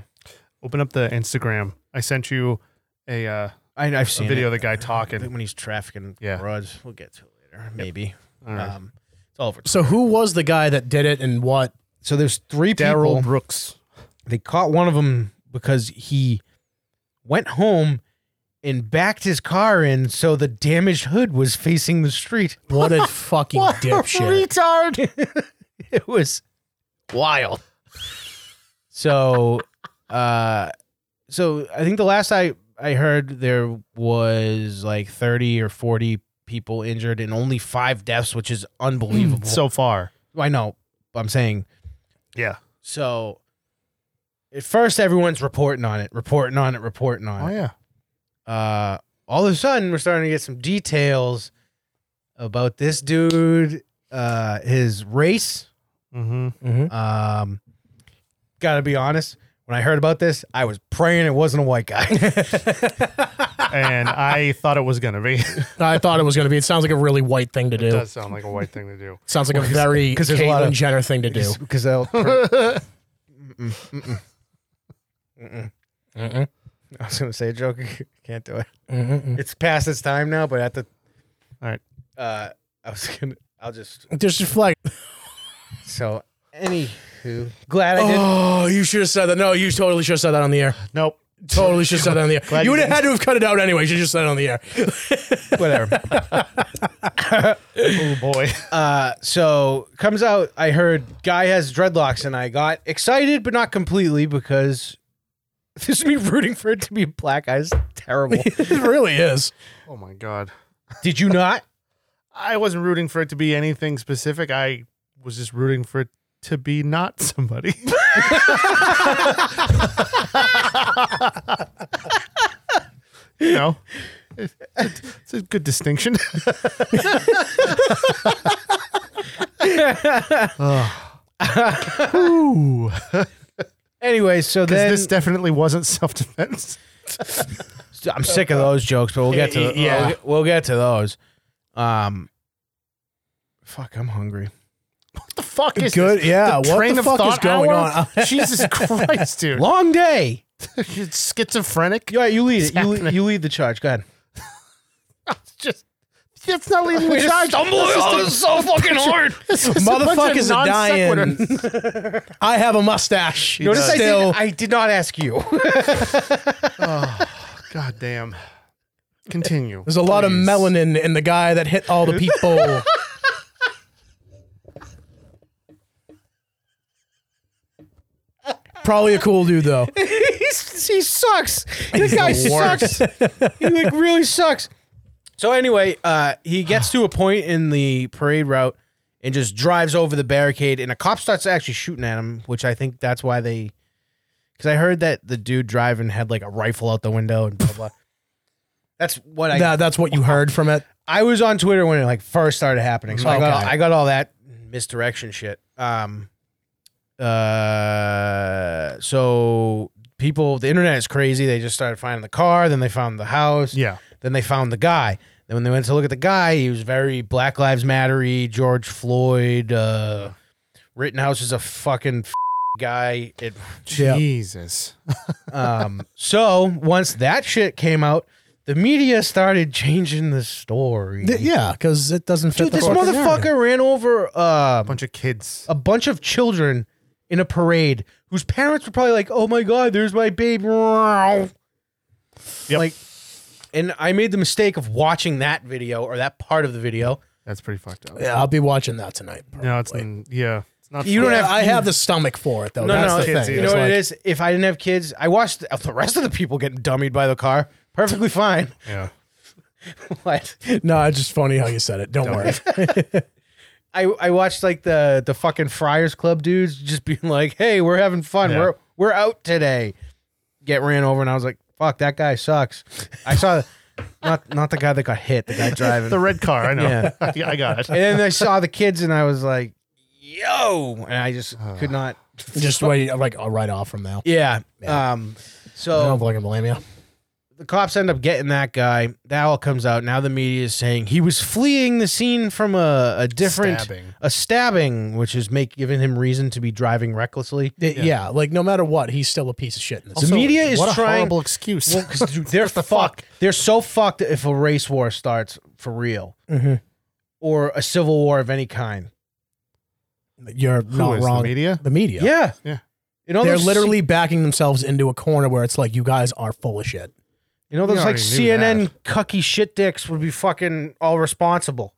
C: Open up the Instagram. I sent you a, uh,
A: I I've
C: a
A: seen
C: video of
A: it.
C: the guy talking.
A: when he's trafficking
C: Yeah.
A: broads. We'll get to it later, maybe.
C: All right.
A: Um it's all over.
B: So who was the guy that did it and what?
A: So there's three people
C: Daryl Brooks.
A: they caught one of them because he went home and backed his car in so the damaged hood was facing the street.
B: What a fucking dipshit.
A: retard! it was wild. So, uh, so I think the last I I heard there was like thirty or forty people injured and only five deaths, which is unbelievable.
C: Hmm, So far.
A: I know I'm saying
C: Yeah.
A: so at first, everyone's reporting on it, reporting on it, reporting
C: Oh
A: on it.
C: yeah.
A: Uh, all of a sudden, we're starting to get some details about this dude, uh, his race.
C: Mm-hmm.
A: Um, gotta be honest, when I heard about this, I was praying it wasn't a white guy.
C: and I thought it was gonna be. it
B: I thought it was going to be. It sounds like a really white thing to do.
C: does sound like a white thing to do.
B: Sounds like a very
A: 'Cause there's a
B: Caitlyn
A: lot of-
B: Jenner thing to do.
A: Because they'll.
B: Mm-mm.
A: I was gonna say a joke. Can't do it. It's past its time now, but at the.
C: All right.
A: Uh, I was gonna. I'll just.
B: There's just like
A: So Anywho, glad I did.
H: Oh, you should have said that. No, you totally should have said that on the air.
C: Nope.
H: Totally should have said that on the air.
C: you
H: You would have had to have cut it out anyway. You should have just said it on the air.
A: Whatever.
C: Oh boy.
A: Uh, so comes out. I heard guy has dreadlocks, and I got excited, but not completely because this me rooting for it to be a black guy is terrible.
H: It really is.
C: Oh my god.
A: did you not?
C: I wasn't rooting for it to be anything specific. I was just rooting for it to be not somebody. you know, it- it- it's a good distinction. Ooh. 'Cause
A: Anyway, so then
C: this definitely wasn't self defense.
A: I'm sick of those jokes, but we'll get to
C: Yeah.
A: yeah. we'll, we'll get to those. Um, fuck, I'm hungry.
C: What the fuck is
B: Good.
C: This?
B: Yeah.
C: The
B: What
C: train
B: the
C: of
B: fuck
C: thought
B: is going
C: hour?
B: on?
C: Jesus Christ, dude!
A: Long day.
C: You're schizophrenic.
A: Yeah, you lead it. You, lead-
C: happening?
A: you lead the charge. Go ahead.
C: It's just that's not leading the charge.
A: so fucking hard.
B: Motherfuckers are dying. I have a mustache.
A: Notice I
B: still.
A: did, I did not ask you.
C: God damn. Continue.
B: There's a lot of
C: please.
B: melanin in the guy that hit all the people. Probably a cool dude though.
A: He's, he sucks. This guy sucks. he like really sucks. So anyway, uh, he gets to a point in the parade route and just drives over the barricade, and a cop starts actually shooting at him, which I think that's why they. Because I heard that the dude driving had like a rifle out the window and blah blah. That's what I
B: That, that's what you heard from it.
A: I was on Twitter when it like first started happening, so I got
B: Okay.
A: I got all that misdirection shit. Um, uh, so people, the internet is crazy. They just started finding the car, then they found the house,
C: Yeah.
A: then they found the guy. Then when they went to look at the guy, he was very Black Lives Mattery, George Floyd. Uh, Rittenhouse is a fucking f- guy. It,
B: Yeah.
C: Jesus.
A: um, so once that shit came out, the media started changing the story.
B: Th- yeah, because it doesn't fit.
A: Dude,
B: the
A: this
B: fucking narrative.
A: motherfucker ran over uh,
C: A bunch of kids.
A: a bunch of children in a parade whose parents were probably like, "Oh my god, there's my baby." Like, and I made the mistake of watching that video or that part of the video.
C: That's pretty fucked up.
B: Yeah, I'll be watching that tonight.
C: No, it's yeah. It's not
A: You don't
B: Yeah,
A: have.
B: I have the stomach for it though.
A: no,
B: that's
A: no,
B: the
A: no.
C: kids
B: thing.
A: You know
B: It's
A: what
B: like-
A: it is? If I didn't have kids, I watched the rest of the people getting dummied by the car. Perfectly fine.
C: yeah.
A: What?
B: No, it's just funny how you said it. Don't worry.
A: I, I watched like the the fucking Friars Club dudes just being like, "Hey, we're having fun.
C: Yeah.
A: We're we're out today." Get ran over, and I was like, "Fuck, that guy sucks." I saw not not the guy that got hit, the guy driving.
C: The red car, I know.
A: Yeah.
C: Yeah, I got
A: and
C: it.
A: then I saw the kids, and I was like, "Yo!" And I just could not.
B: just wait. I'm like, I'll write off from now.
A: Yeah. Um. So
B: I don't fucking blame you.
A: the cops end up getting that guy. That all comes out. Now the media is saying he was fleeing the scene from a, a different
C: Stabbing.
A: a stabbing, which is make giving him reason to be driving recklessly.
B: Yeah. like no matter what, he's still a piece of shit. In this.
A: The media is
C: what a
A: trying.
C: horrible excuse.
A: Well, 'cause, dude, they're
C: the
A: the
C: fuck?
A: fuck. They're so fucked if a race war starts for real,
B: Mhm.
A: or a civil war of any kind.
B: You're not
C: is the
B: wrong.
C: media?
B: The media.
A: Yeah,
C: Yeah.
A: You know,
B: They're
A: those-
B: literally backing themselves into a corner where it's like, you guys are full of shit.
A: You know, those
C: We
A: like
C: already knew
A: CNN cucky shit dicks would be fucking all responsible.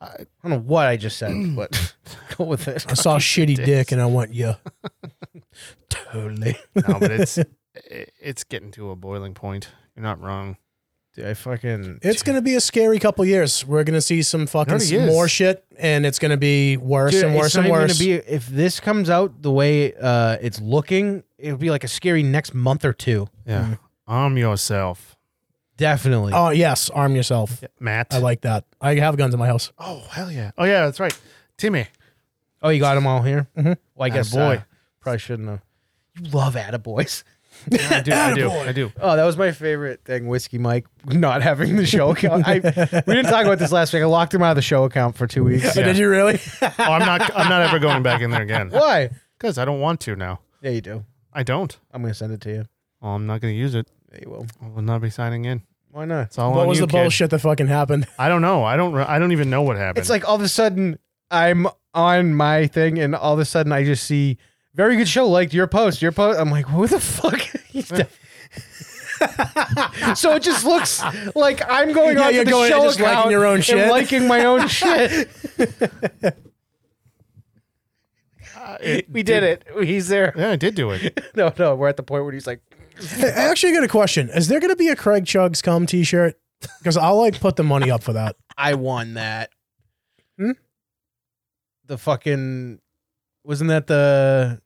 A: I,
C: I-
A: don't know what I just said, but go with it.
B: I saw shitty
C: dicks.
B: dick and I went, yeah.
A: Totally.
C: no, but it's it- it's getting to a boiling point. You're not wrong.
A: Dude, I fucking.
B: It's going to be a scary couple years. We're going to see some fucking
C: already
B: some
C: is.
B: more shit and it's going to be worse
A: Dude,
B: and worse
A: it's not
B: and
A: even
B: worse.
A: Gonna be, if this comes out the way uh, it's looking, it'll be like a scary next month or two.
C: Yeah. Arm yourself,
A: Definitely.
B: oh, yes. Arm yourself.
C: Matt.
B: I like that. I have guns in my house.
C: oh hell yeah. Oh yeah, that's right. Timmy.
A: Oh, you got them all here. Mm-hmm. Well, I guess boy,
C: Attaboy.
A: probably shouldn't have. You love Attaboys.
C: I do. I do. I do.
A: Oh, that was my favorite thing. Whiskey Mike not having the show account. I, we didn't talk about this last week. I locked him out of the show account for two weeks.
C: Yeah.
B: Did you really?
C: Oh, I'm not. I'm not ever going back in there again
A: Why?
C: because I don't want to now.
A: Yeah, you do.
C: I don't.
A: I'm gonna send it to you.
C: Well, I'm not going to use it.
A: Yeah, you will.
C: I will not be signing in.
A: Why not?
C: It's all
B: what
C: on
B: was
C: you,
B: the
C: kid.
B: bullshit that fucking happened?
C: I don't know. I don't. re- I don't even know what happened.
A: It's like all of a sudden I'm on my thing, and all of a sudden I just see very good show, liked your post, your post. I'm like, who the fuck? is that?" so it just looks like I'm going
B: Yeah,
A: on
B: you're
A: the
B: going and
A: show
B: just liking
A: account
B: your own
A: and
B: shit.
A: liking my own shit.
C: Uh, it
A: We did it. He's there.
C: Yeah, I did do it.
A: No, no, we're at the point where he's like,
B: I actually got a question. Is there going to be a Craig Chugs come T-shirt? Because I'll like put the money up for that.
A: I won that.
B: Hmm?
A: The fucking wasn't that the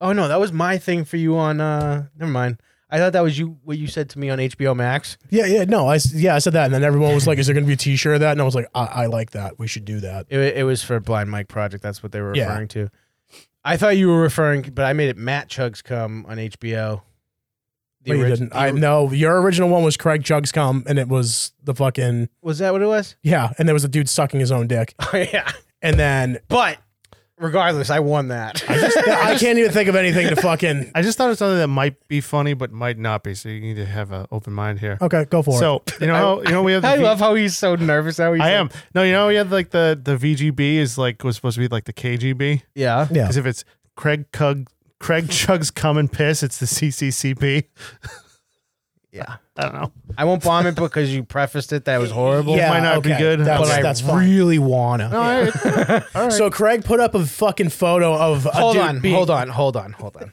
A: Oh no, that was my thing for you on uh never mind. I thought that was you what you said to me on HBO Max.
B: Yeah, yeah, no, I s- yeah, I said that, and then everyone was like, "Is there going to be a T-shirt of that?" And I was like, I, "I like that. We should do that."
A: It, wa- it was for Blind Mike Project, that's what they were
B: Yeah.
A: referring to. I thought you were referring but I made it Matt Chugs come on HBO. The
B: But you
A: orig-
B: didn't.
A: the
B: I
A: or-
B: no, your original one was Craig Chugs come, and it was the fucking
A: was that what it was?
B: yeah, and there was a dude sucking his own dick,
A: Oh yeah.
B: and then
A: But regardless, I won that.
B: I can't even think of anything to fucking.
C: I just thought of something that might be funny but might not be. So you need to have an open mind here.
B: Okay, go for it.
C: So you know, how, you know, we have. The
A: I
C: V-
A: love how he's so nervous how he's
C: I
A: like-
C: am. No, you know, we had like the the VGB is like was supposed to be like the KGB
A: Yeah.
B: Yeah.
C: because if it's Craig Cug, Craig Chugs come and piss, it's the CCCP.
A: Yeah.
C: I don't know.
A: I won't bomb it because you prefaced it that it was horrible.
B: Yeah,
C: might not be
B: okay,
C: good,
B: That's,
A: but I
B: that's fine.
A: really wanna.
C: No, I- all right.
B: So Craig put up a fucking photo of a
A: hold
B: dude
A: on,
B: being-
A: hold on, hold on, hold on.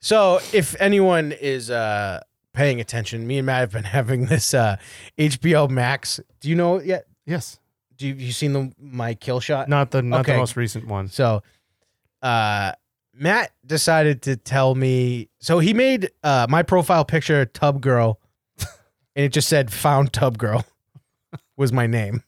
A: So, if anyone is uh, paying attention, me and Matt have been having this uh, HBO Max. Do you know it yet?
C: yes,
A: Do you, you seen the my kill shot?
C: not the not
A: Okay.
C: the most recent one.
A: So, uh, Matt decided to tell me. So he made uh, my profile picture Tub Girl, and it just said "Found Tub Girl" was my name.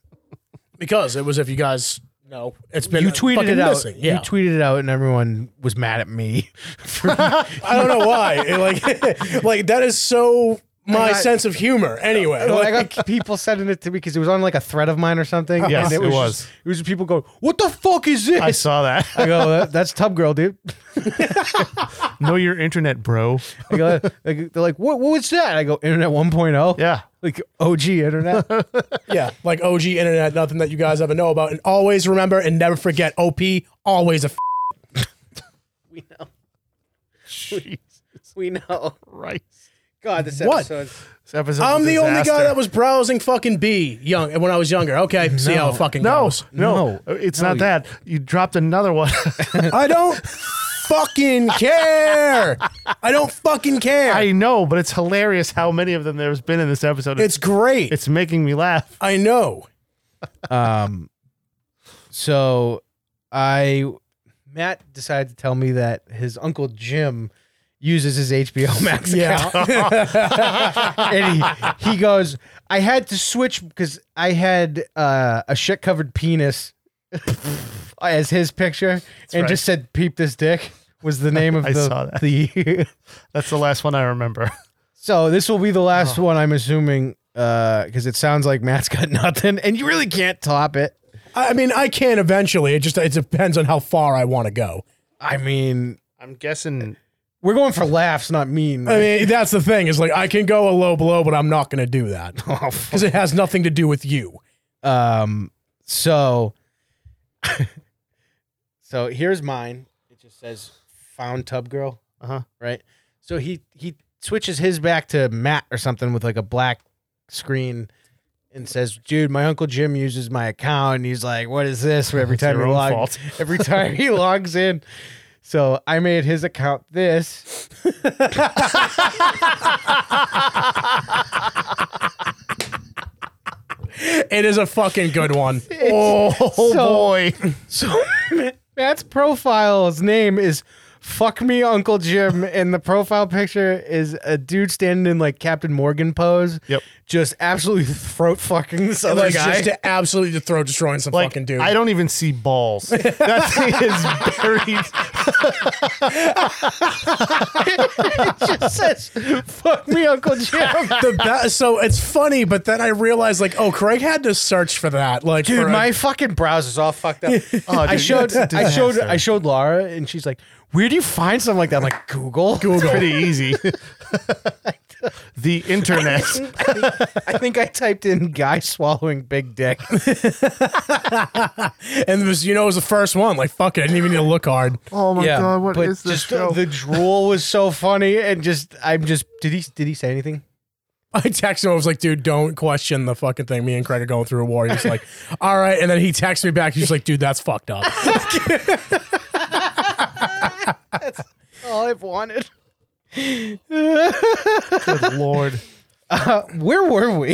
B: because it was if you guys know it's been
A: you tweeted
B: fucking
A: it out.
B: missing. Yeah.
A: You tweeted it out, and everyone was mad at me. For,
B: I don't know why. It, like, like that is so my
A: I got-
B: sense of humor. Anyway,
A: Well, I
B: like-
A: got people sending it to me because it was on like a thread of mine or something.
C: Yes,
A: and
C: it was.
A: just- it was just people going, "What the fuck is
C: I
A: this?"
C: saw that.
A: I, go, "That- "That's Tub Girl, dude."
C: know your internet, bro.
A: I go, like, "They're like, what? What was that?" I go, "Internet 1.0."
C: Yeah,
A: like OG internet.
B: yeah, like OG internet, nothing that you guys ever know about, and always remember and never forget. OP always a. F-
C: Jeez,
A: we know.
C: right.
A: God, this
B: What?
A: episode.
C: This episode
B: I'm
C: was a
B: the only guy
C: disaster.
B: that was browsing fucking B young when I was younger. Okay, see how it fucking
C: No,
B: goes.
C: no, uh, it's not
A: you-
C: that. You dropped another one.
B: I don't fucking care. I don't fucking care.
C: I know, but it's hilarious how many of them there's been in this episode.
B: it's great.
C: it's making me laugh.
B: I know.
A: Um, so I Matt decided to tell me that his uncle Jim uses his HBO Max
B: Yeah.
A: account, and he, he goes, "I had to switch because I had uh, a shit covered penis as his picture, and
C: right.
A: just said peep this dick." Was the name of
C: I
A: the,
C: saw that.
A: the
C: That's the last one I remember.
A: so this will be the
C: Oh.
A: last one I'm assuming because it sounds like Matt's got nothing and you really can't top it.
B: I I mean, I can eventually. It just it depends on how far I want to go.
A: I mean,
C: I'm guessing.
A: We're going for laughs, not mean.
B: I mean, that's the thing is like I can go a low blow, but I'm not going to do that
A: Oh,
B: because it has nothing to do with you.
A: um, so, so here's mine. It just says "Found Tub Girl,"
C: Uh huh.
A: right? So he he switches his back to Matt or something with like a black screen, and says, "Dude, my uncle Jim uses my account," and he's like, "What is this?" Every
C: It's your
A: time he
C: own
A: logs,
C: fault.
A: every time he logs in. So I made his account this.
B: It is a fucking good one.
C: Oh
A: so-
C: boy!
A: So Matt's profile's name is Fuck Me Uncle Jim, and the profile picture is a dude standing in like Captain Morgan pose.
C: Yep.
A: Just absolutely throat fucking this other
B: Like
A: guy.
B: just to absolutely to throw destroying some
C: Like
B: fucking dude.
C: I don't even see balls. That thing is buried.
A: it just says Fuck Me Uncle Jim.
B: the ba- so it's funny, but then I realized like, oh, Craig had to search for that. Like,
A: Dude,
B: for a-
A: my fucking browser's all fucked up. I
C: Oh, dude,
A: showed,
C: that's a
A: I showed,
C: disaster.
A: I showed Laura, and she's like, "Where do you find something like that?" I'm like, "Google."
C: Pretty easy. the internet.
A: I think I typed in guy swallowing big dick.
B: and it was, you know, it was the first one. Like, fuck it. I didn't even need to look hard.
C: oh my
A: yeah,
C: god, what
A: but
C: is
A: just
C: this show?
A: the drool was so funny, and just I'm just did he did he say anything?
B: I texted him. I was like, dude, don't question the fucking thing. Me and Craig are going through a war. He's like, all right. And then he texts me back. He's like, dude, that's fucked up.
A: All I've wanted.
C: Good lord.
A: Uh, where were we?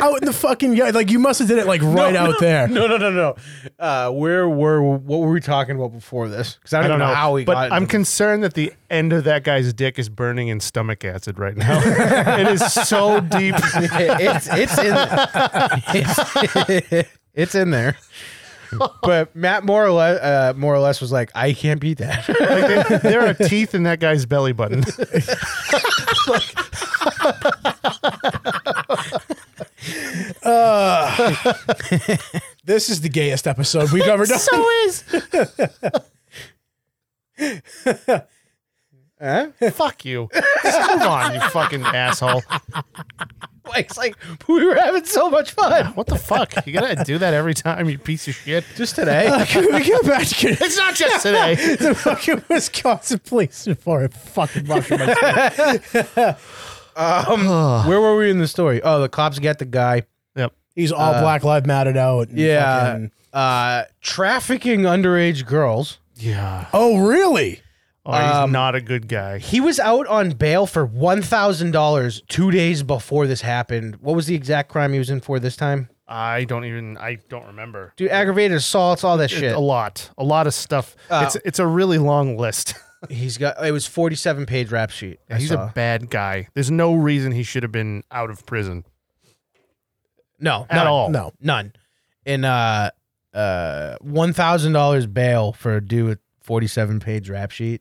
B: out in the fucking yard. Like, you must have did it like right out there.
A: no, no, no, no. Uh, where were what were we talking about before this? Because I,
C: I
A: don't know how we
C: but
A: got.
C: I'm concerned that the end of that guy's dick is burning in stomach acid right now. it is so deep.
A: it's it's in it's, it's in there. But Matt more or less uh, more or less was like, I can't beat that.
C: Like there, there are teeth in that guy's belly button.
B: This is the gayest episode we've ever done.
A: is. huh?
C: Fuck you. Just move on, you fucking asshole.
A: It's like we were having so much fun
C: What the fuck? You gotta do that every time, you piece of shit.
A: just today.
B: Can we go back to get
C: It's not just today.
B: the fucking Wisconsin police before I fucking mush my
A: Um, Where were we in the story? Oh, the cops get the guy.
B: He's all Black Lives Mattered out. and
A: Yeah.
B: fucking-
A: Uh, trafficking underage girls.
C: Yeah.
B: oh, really?
C: Oh, he's
A: Um,
C: not a good guy.
A: He was out on bail for one thousand dollars two days before this happened. What was the exact crime he was in for this time?
C: I don't even. I don't remember.
A: Dude, aggravated assaults, all that
C: It-
A: shit.
C: A lot. A lot of stuff.
A: Uh,
C: it's it's a really long list.
A: He's got it was forty seven page rap sheet. I
C: he's
A: saw.
C: a bad guy. There's no reason he should have been out of prison
A: no,
C: at
A: none,
C: all.
B: No.
A: none. And uh, uh, one thousand dollars bail for a dude with forty seven page rap sheet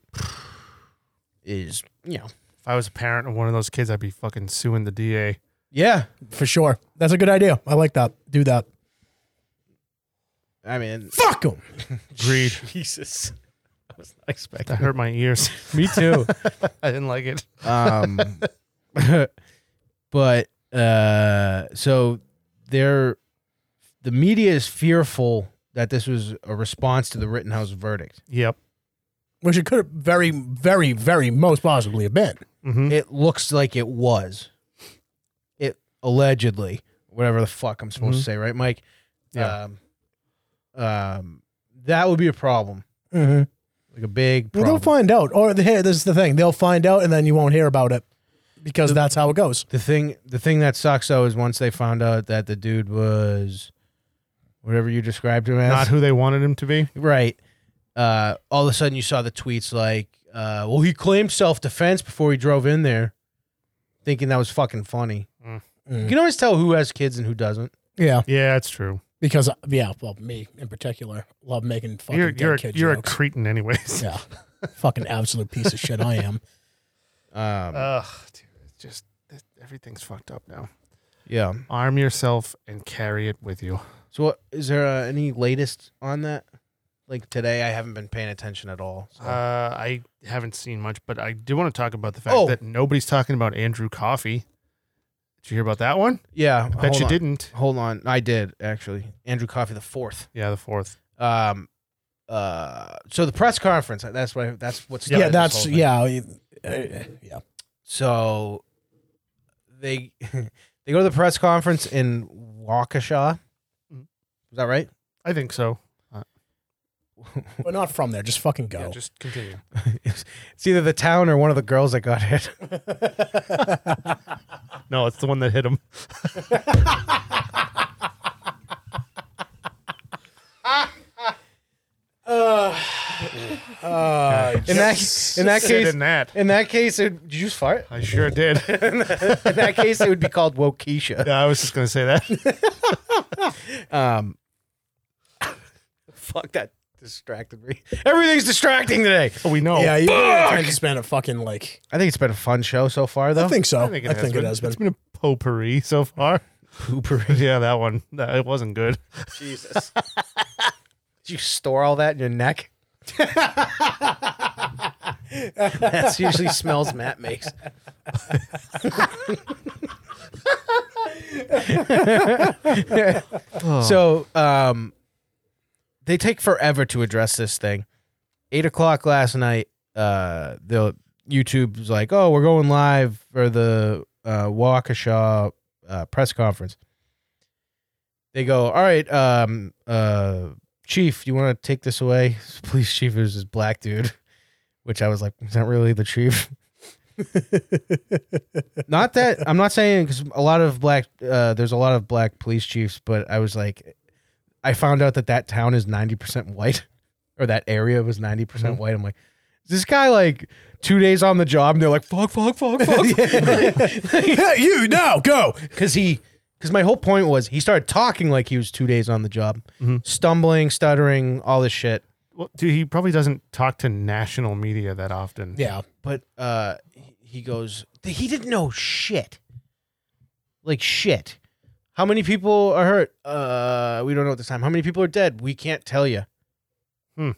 A: is you know
C: If I was a parent of one of those kids, I'd be fucking suing the DA.
A: yeah.
B: For sure. That's a good idea. I like that. Do that.
A: I mean,
B: Fuck him.
C: Agreed.
A: Jesus, I was not
C: That
A: expecting.
C: hurt my ears.
A: Me too.
C: I didn't like it.
A: Um, but uh, so they're the media is fearful that this was a response to the Rittenhouse verdict.
C: Yep.
B: Which it could have very, very, very most possibly have been.
C: hmm
A: It looks like it was. It allegedly, whatever the fuck I'm supposed to say, right, Mike?
C: Yeah.
A: Um, um, that would be a problem,
B: Mm-hmm.
A: like a big
B: Well,
A: problem.
B: they'll find out. Or the, hey, this is the thing. They'll find out and then you won't hear about it because that's how it goes.
A: The thing, the thing that sucks though is once they found out that the dude was whatever you described him as,
C: Not who they wanted him to be.
A: right? Uh, all of a sudden, you saw the tweets like, uh, "Well, he claimed self defense before he drove in there," thinking that was fucking funny.
C: Mm.
A: You can always tell who has kids and who doesn't.
B: Yeah.
C: Yeah, it's true.
B: Because, yeah, well, me in particular, love making fucking
C: You're
B: dead
C: you're a,
B: kid
C: you're a
B: jokes.
C: cretin, anyways.
B: yeah. fucking absolute piece of shit I am.
A: Um,
C: Ugh, dude, it's just it- everything's fucked up now.
A: yeah.
C: Arm yourself and carry it with you.
A: So, what, is there uh, any latest on that? Like today, I haven't been paying attention at all. so-
C: Uh, I haven't seen much, but I do want to talk about the fact
A: Oh.
C: that nobody's talking about Andrew Coffey. Did you hear about that one?
A: yeah,
C: Bet
A: hold
C: you
A: on.
C: didn't.
A: Hold on, I did actually. Andrew Coffey the fourth.
C: Yeah, the fourth.
A: Um, uh, so the press conference. That's what. I, that's what's.
B: Yeah, that's, yeah. uh, yeah.
A: So they they go to the press conference in Waukesha. Is that right?
C: I think so.
B: But not from there. Just fucking go.
C: Yeah, just continue.
A: It's either the town or one of the girls that got hit.
C: No, it's the one that hit him.
A: In that in that
C: Sit
A: case,
C: in that.
A: in that case, it, did you just fart?
C: I sure did.
A: in that case, it would be called Wokesha.
C: yeah, I was just gonna say that.
A: Um, fuck that distracted me. Everything's distracting today.
C: we know.
B: Yeah, you trying to spend a fucking like.
A: I think it's been a fun show so far, though.
B: I think so.
C: I think it, has, been.
B: has been.
C: It's been a potpourri so far.
A: Poopery.
C: yeah, that one. That, it wasn't good.
A: Jesus. Did you store all that in your neck? That's usually smells Matt makes. So um, they take forever to address this thing. Eight o'clock last night, uh, the YouTube was like, "Oh, we're going live for the uh, Waukesha uh, press conference." They go, "All right, um, uh, Chief, you want to take this away?" Police Chief is this black dude, which I was like, "Is that really the chief?" not that I'm not saying because a lot of black uh, there's a lot of black police chiefs, but I was like, I found out that that town is 90 percent white, or that area was 90 percent white. I'm like, is this guy like two days on the job? And they're like, fuck, fuck, fuck, fuck,
B: you no go.
A: because he because my whole point was he started talking like he was two days on the job,
C: Mhm.
A: stumbling, stuttering, all this shit.
C: Well, dude, he probably doesn't talk to national media that often.
B: Yeah,
A: but uh he- he goes he didn't know shit like shit how many people are hurt uh we don't know at this time how many people are dead we can't tell you
C: Hmm.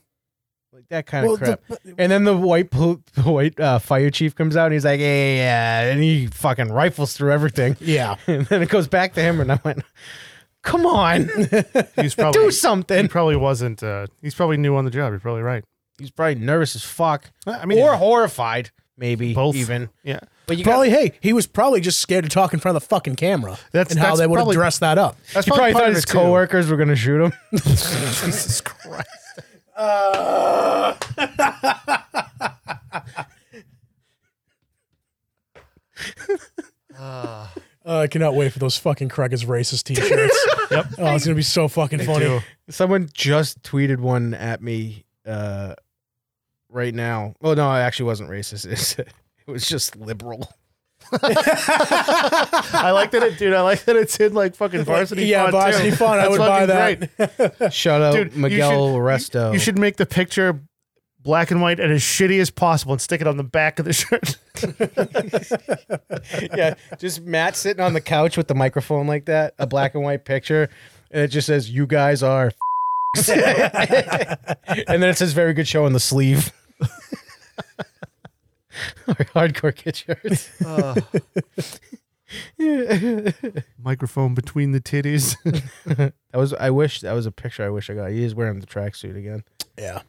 A: like that kind of crap and then the white pol- the white uh, fire chief comes out and he's like yeah, yeah yeah and he fucking rifles through everything
B: yeah.
A: and then it goes back to him and i went come on
C: He's probably
A: do
C: he
A: something
C: probably wasn't. Uh, he's probably new on the job. You're probably right.
A: he's probably nervous as fuck
C: I mean,
A: or horrified maybe
C: Both.
A: even
C: yeah,
A: but you got-
B: Probably, hey, he was probably just scared to talk in front of the fucking camera.
C: That's-
B: and how
C: that's
B: they would have
C: probably-
B: dressed that up.
C: that's
A: he probably
C: part
A: thought
C: of
A: his
C: it, too.
A: coworkers were gonna shoot him
C: Jesus Christ.
B: Uh, I cannot wait for those fucking Crackers racist t-shirts.
C: Yep.
B: Oh, it's gonna be so fucking funny.
C: Too.
A: Someone just tweeted one at me uh, right now. Oh no, it actually wasn't racist. It's- It was just liberal.
C: I like that it, dude. I like that it's in like fucking varsity.
B: yeah,
C: font,
B: varsity
C: too.
B: font, I
C: That's
B: would buy
C: fucking
B: that. Oh,
C: great.
A: Shout out
C: Dude, you
A: Miguel
C: should-
A: Resto.
C: You should make the picture black and white and as shitty as possible and stick it on the back of the shirt.
A: yeah, just Matt sitting on the couch with the microphone like that, a black and white picture, and it just says "You guys are," and then it says "Very good show" on the sleeve. Hardcore kid shirts.
C: Microphone between the titties.
A: That was. I wish that was a picture. I wish I got. He is wearing the tracksuit again.
B: Yeah,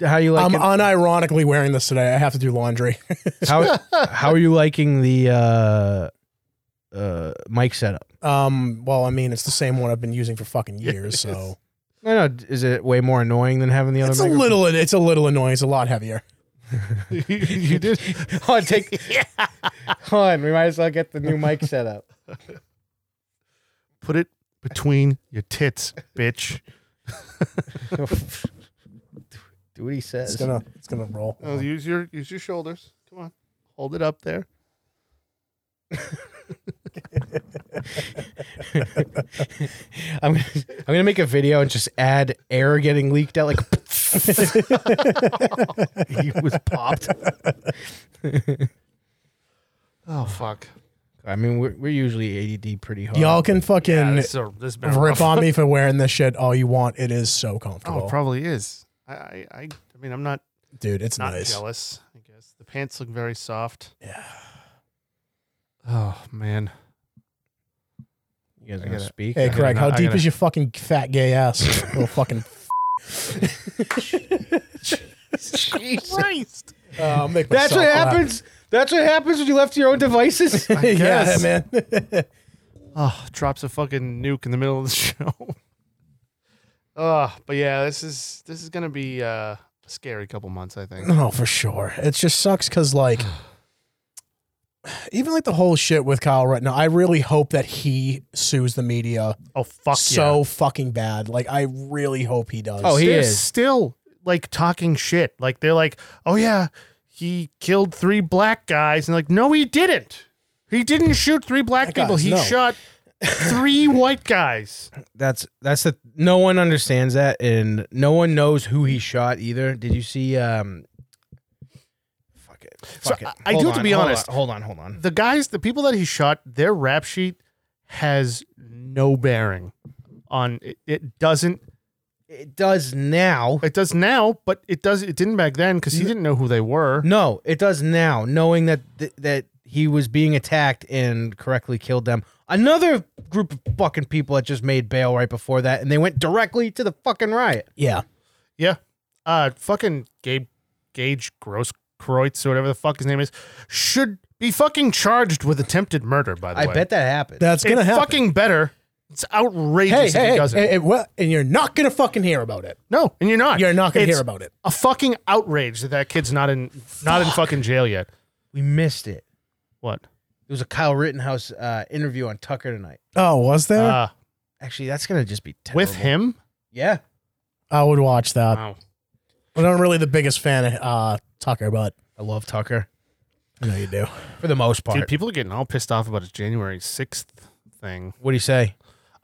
A: How you like?
B: I'm
A: it?
B: unironically wearing this today. I have to do laundry.
A: how how are you liking the uh uh mic setup?
B: Um, well, I mean, it's the same one I've been using for fucking years, so
A: No, no, is it way more annoying than having the other?
B: it's a
A: microphone?
B: little, it's a little annoying. It's a lot heavier.
C: you, you did.
A: Hold on, take. Hold on, we might as well get the new mic setup.
C: Put it between your tits, bitch.
A: Do what he says.
B: It's gonna, it's gonna roll.
C: Uh, use your use your shoulders. Come on, hold it up there.
A: I'm gonna, I'm gonna make a video and just add air getting leaked out like. he was popped.
C: Oh fuck.
A: I mean, we're, we're usually ADD pretty
C: Oh,
A: hard.
B: Y'all can fucking
C: this, is- this has been a
B: rip
C: rough-
B: on me for wearing this shit all you want. It is so
C: Oh,
B: comfortable,
C: it probably is. I I I, I mean, I'm not
B: dude. It's
C: not
B: nice.
C: jealous. I guess the pants look very soft.
B: Yeah.
C: Oh man.
A: you guys
C: I
A: gonna
C: gotta-
A: speak?
B: Hey,
C: I gotta
B: Craig,
C: not-
B: how
C: I
B: deep
C: gotta-
B: is your fucking fat gay ass? Little fucking.
C: Christ.
B: Uh, I'll make
A: That's what
B: myself laugh.
A: happens. That's what happens when you left to your own devices.
B: yeah,
C: guess.
B: man.
C: Oh, drops a fucking nuke in the middle of the show. Oh, but yeah, this is this is gonna be uh, a scary couple months, I think.
B: No, for sure. It just sucks because like even like the whole shit with Kyle right now, I really hope that he sues the media
C: Oh fuck
B: so fucking bad. Like I really hope he does.
A: Oh, he
C: They're
A: is.
C: still like talking shit. Like they're like, oh yeah, he killed three black guys, and like, no, he didn't. He didn't shoot three black
B: Black
C: people.
B: guys,
C: he
B: no.
C: shot three white guys.
A: That's that's the no one understands that, and no one knows who he shot either. Did you see? um Fuck it. Fuck
C: So,
A: it.
C: I- I do have to be honest.
A: Hold on. Hold on.
C: The guys, the people that he shot, their rap sheet has no bearing on it. It doesn't
A: It does now.
C: It does now, but it does. It didn't back then because he didn't know who they were.
A: No, it does now. Knowing that th- that he was being attacked and correctly killed them. Another group of fucking people had just made bail right before that, and they went directly to the fucking riot.
B: Yeah.
C: uh fucking Gabe Gage Grosskreutz or whatever the fuck his name is should be fucking charged with attempted murder. By the
A: I
C: way,
A: bet that happened.
B: That's
C: it's
B: going to happen.
C: fucking better. It's outrageous
B: hey,
C: if
B: hey,
C: he
B: hey,
C: doesn't.
B: hey, hey, well, and you're not going to fucking hear about it.
C: no, and you're not.
B: You're not going to
C: It's
B: hear about it.
C: A fucking outrage that that kid's not in not in fucking jail yet.
A: we missed it.
C: What?
A: There was a Kyle Rittenhouse uh, interview on Tucker tonight.
B: Oh, was there?
C: Uh,
A: Actually, that's gonna just be terrible.
C: with him?
A: Yeah,
B: I would watch that.
C: Wow.
B: But I'm really the biggest fan of uh, Tucker, but
A: I love Tucker
B: I know you do.
A: for the most part.
C: Dude, people are getting all pissed off about his January sixth thing.
A: what do you say?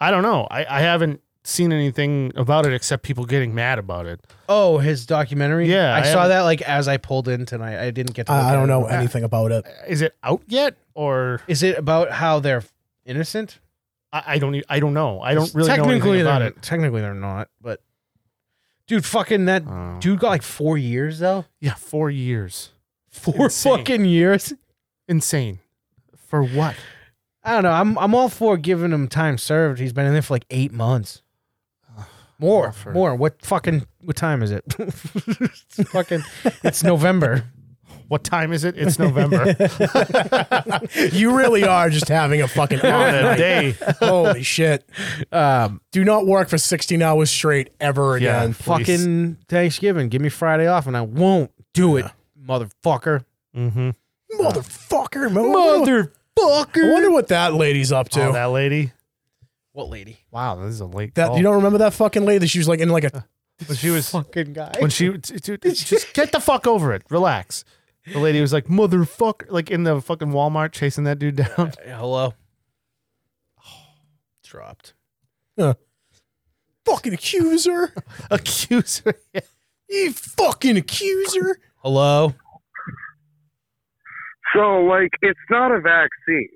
C: I don't know. I, I haven't seen anything about it except people getting mad about it.
A: Oh, his documentary.
C: Yeah,
A: I,
C: I
A: saw
C: am-
A: that like as I pulled in tonight. I didn't get. to look
B: Uh, I, I
A: at
B: don't
A: it.
B: know anything about it.
C: Is it out yet, or
A: Is it about how they're innocent?
C: I, I don't? e- I don't know. I don't really know anything
A: they're,
C: about it.
A: Technically, they're not. But dude, fucking that
C: Oh.
A: dude got like four years though.
C: Yeah, four years.
A: Four
C: Insane.
A: fucking years.
C: Insane. For what?
A: I don't know. I'm I'm all for giving him time served. He's been in there for like eight months. More,
C: Well, for-
A: more. What fucking? What time is it? it's fucking. It's November.
C: What time is it? It's November.
B: you really are just having a fucking off
C: On a
B: night.
C: day.
B: Holy shit.
A: Um,
B: Do not work for 16 hours straight ever
C: Yeah.
B: again.
C: Please.
A: fucking Thanksgiving. Give me Friday off, and I won't do it, motherfucker.
C: Mm-hmm.
B: Motherfucker. Mother- I
A: Motherfucker.
B: wonder what that lady's up to.
C: Oh,
B: that
C: that oh. lady.
A: What lady?
C: Wow, this is a late. call.
B: You don't remember that fucking lady? She was like in like a.
C: when she was
A: Fucking guy.
C: when she t- t- t- just get the fuck over it. Relax. The lady was like motherfucker, like in the fucking Walmart chasing that dude down.
A: Hello. Dropped.
B: Fucking accuser.
C: Accuser.
B: You fucking accuser.
A: Hello.
E: So, like, it's not a vaccine.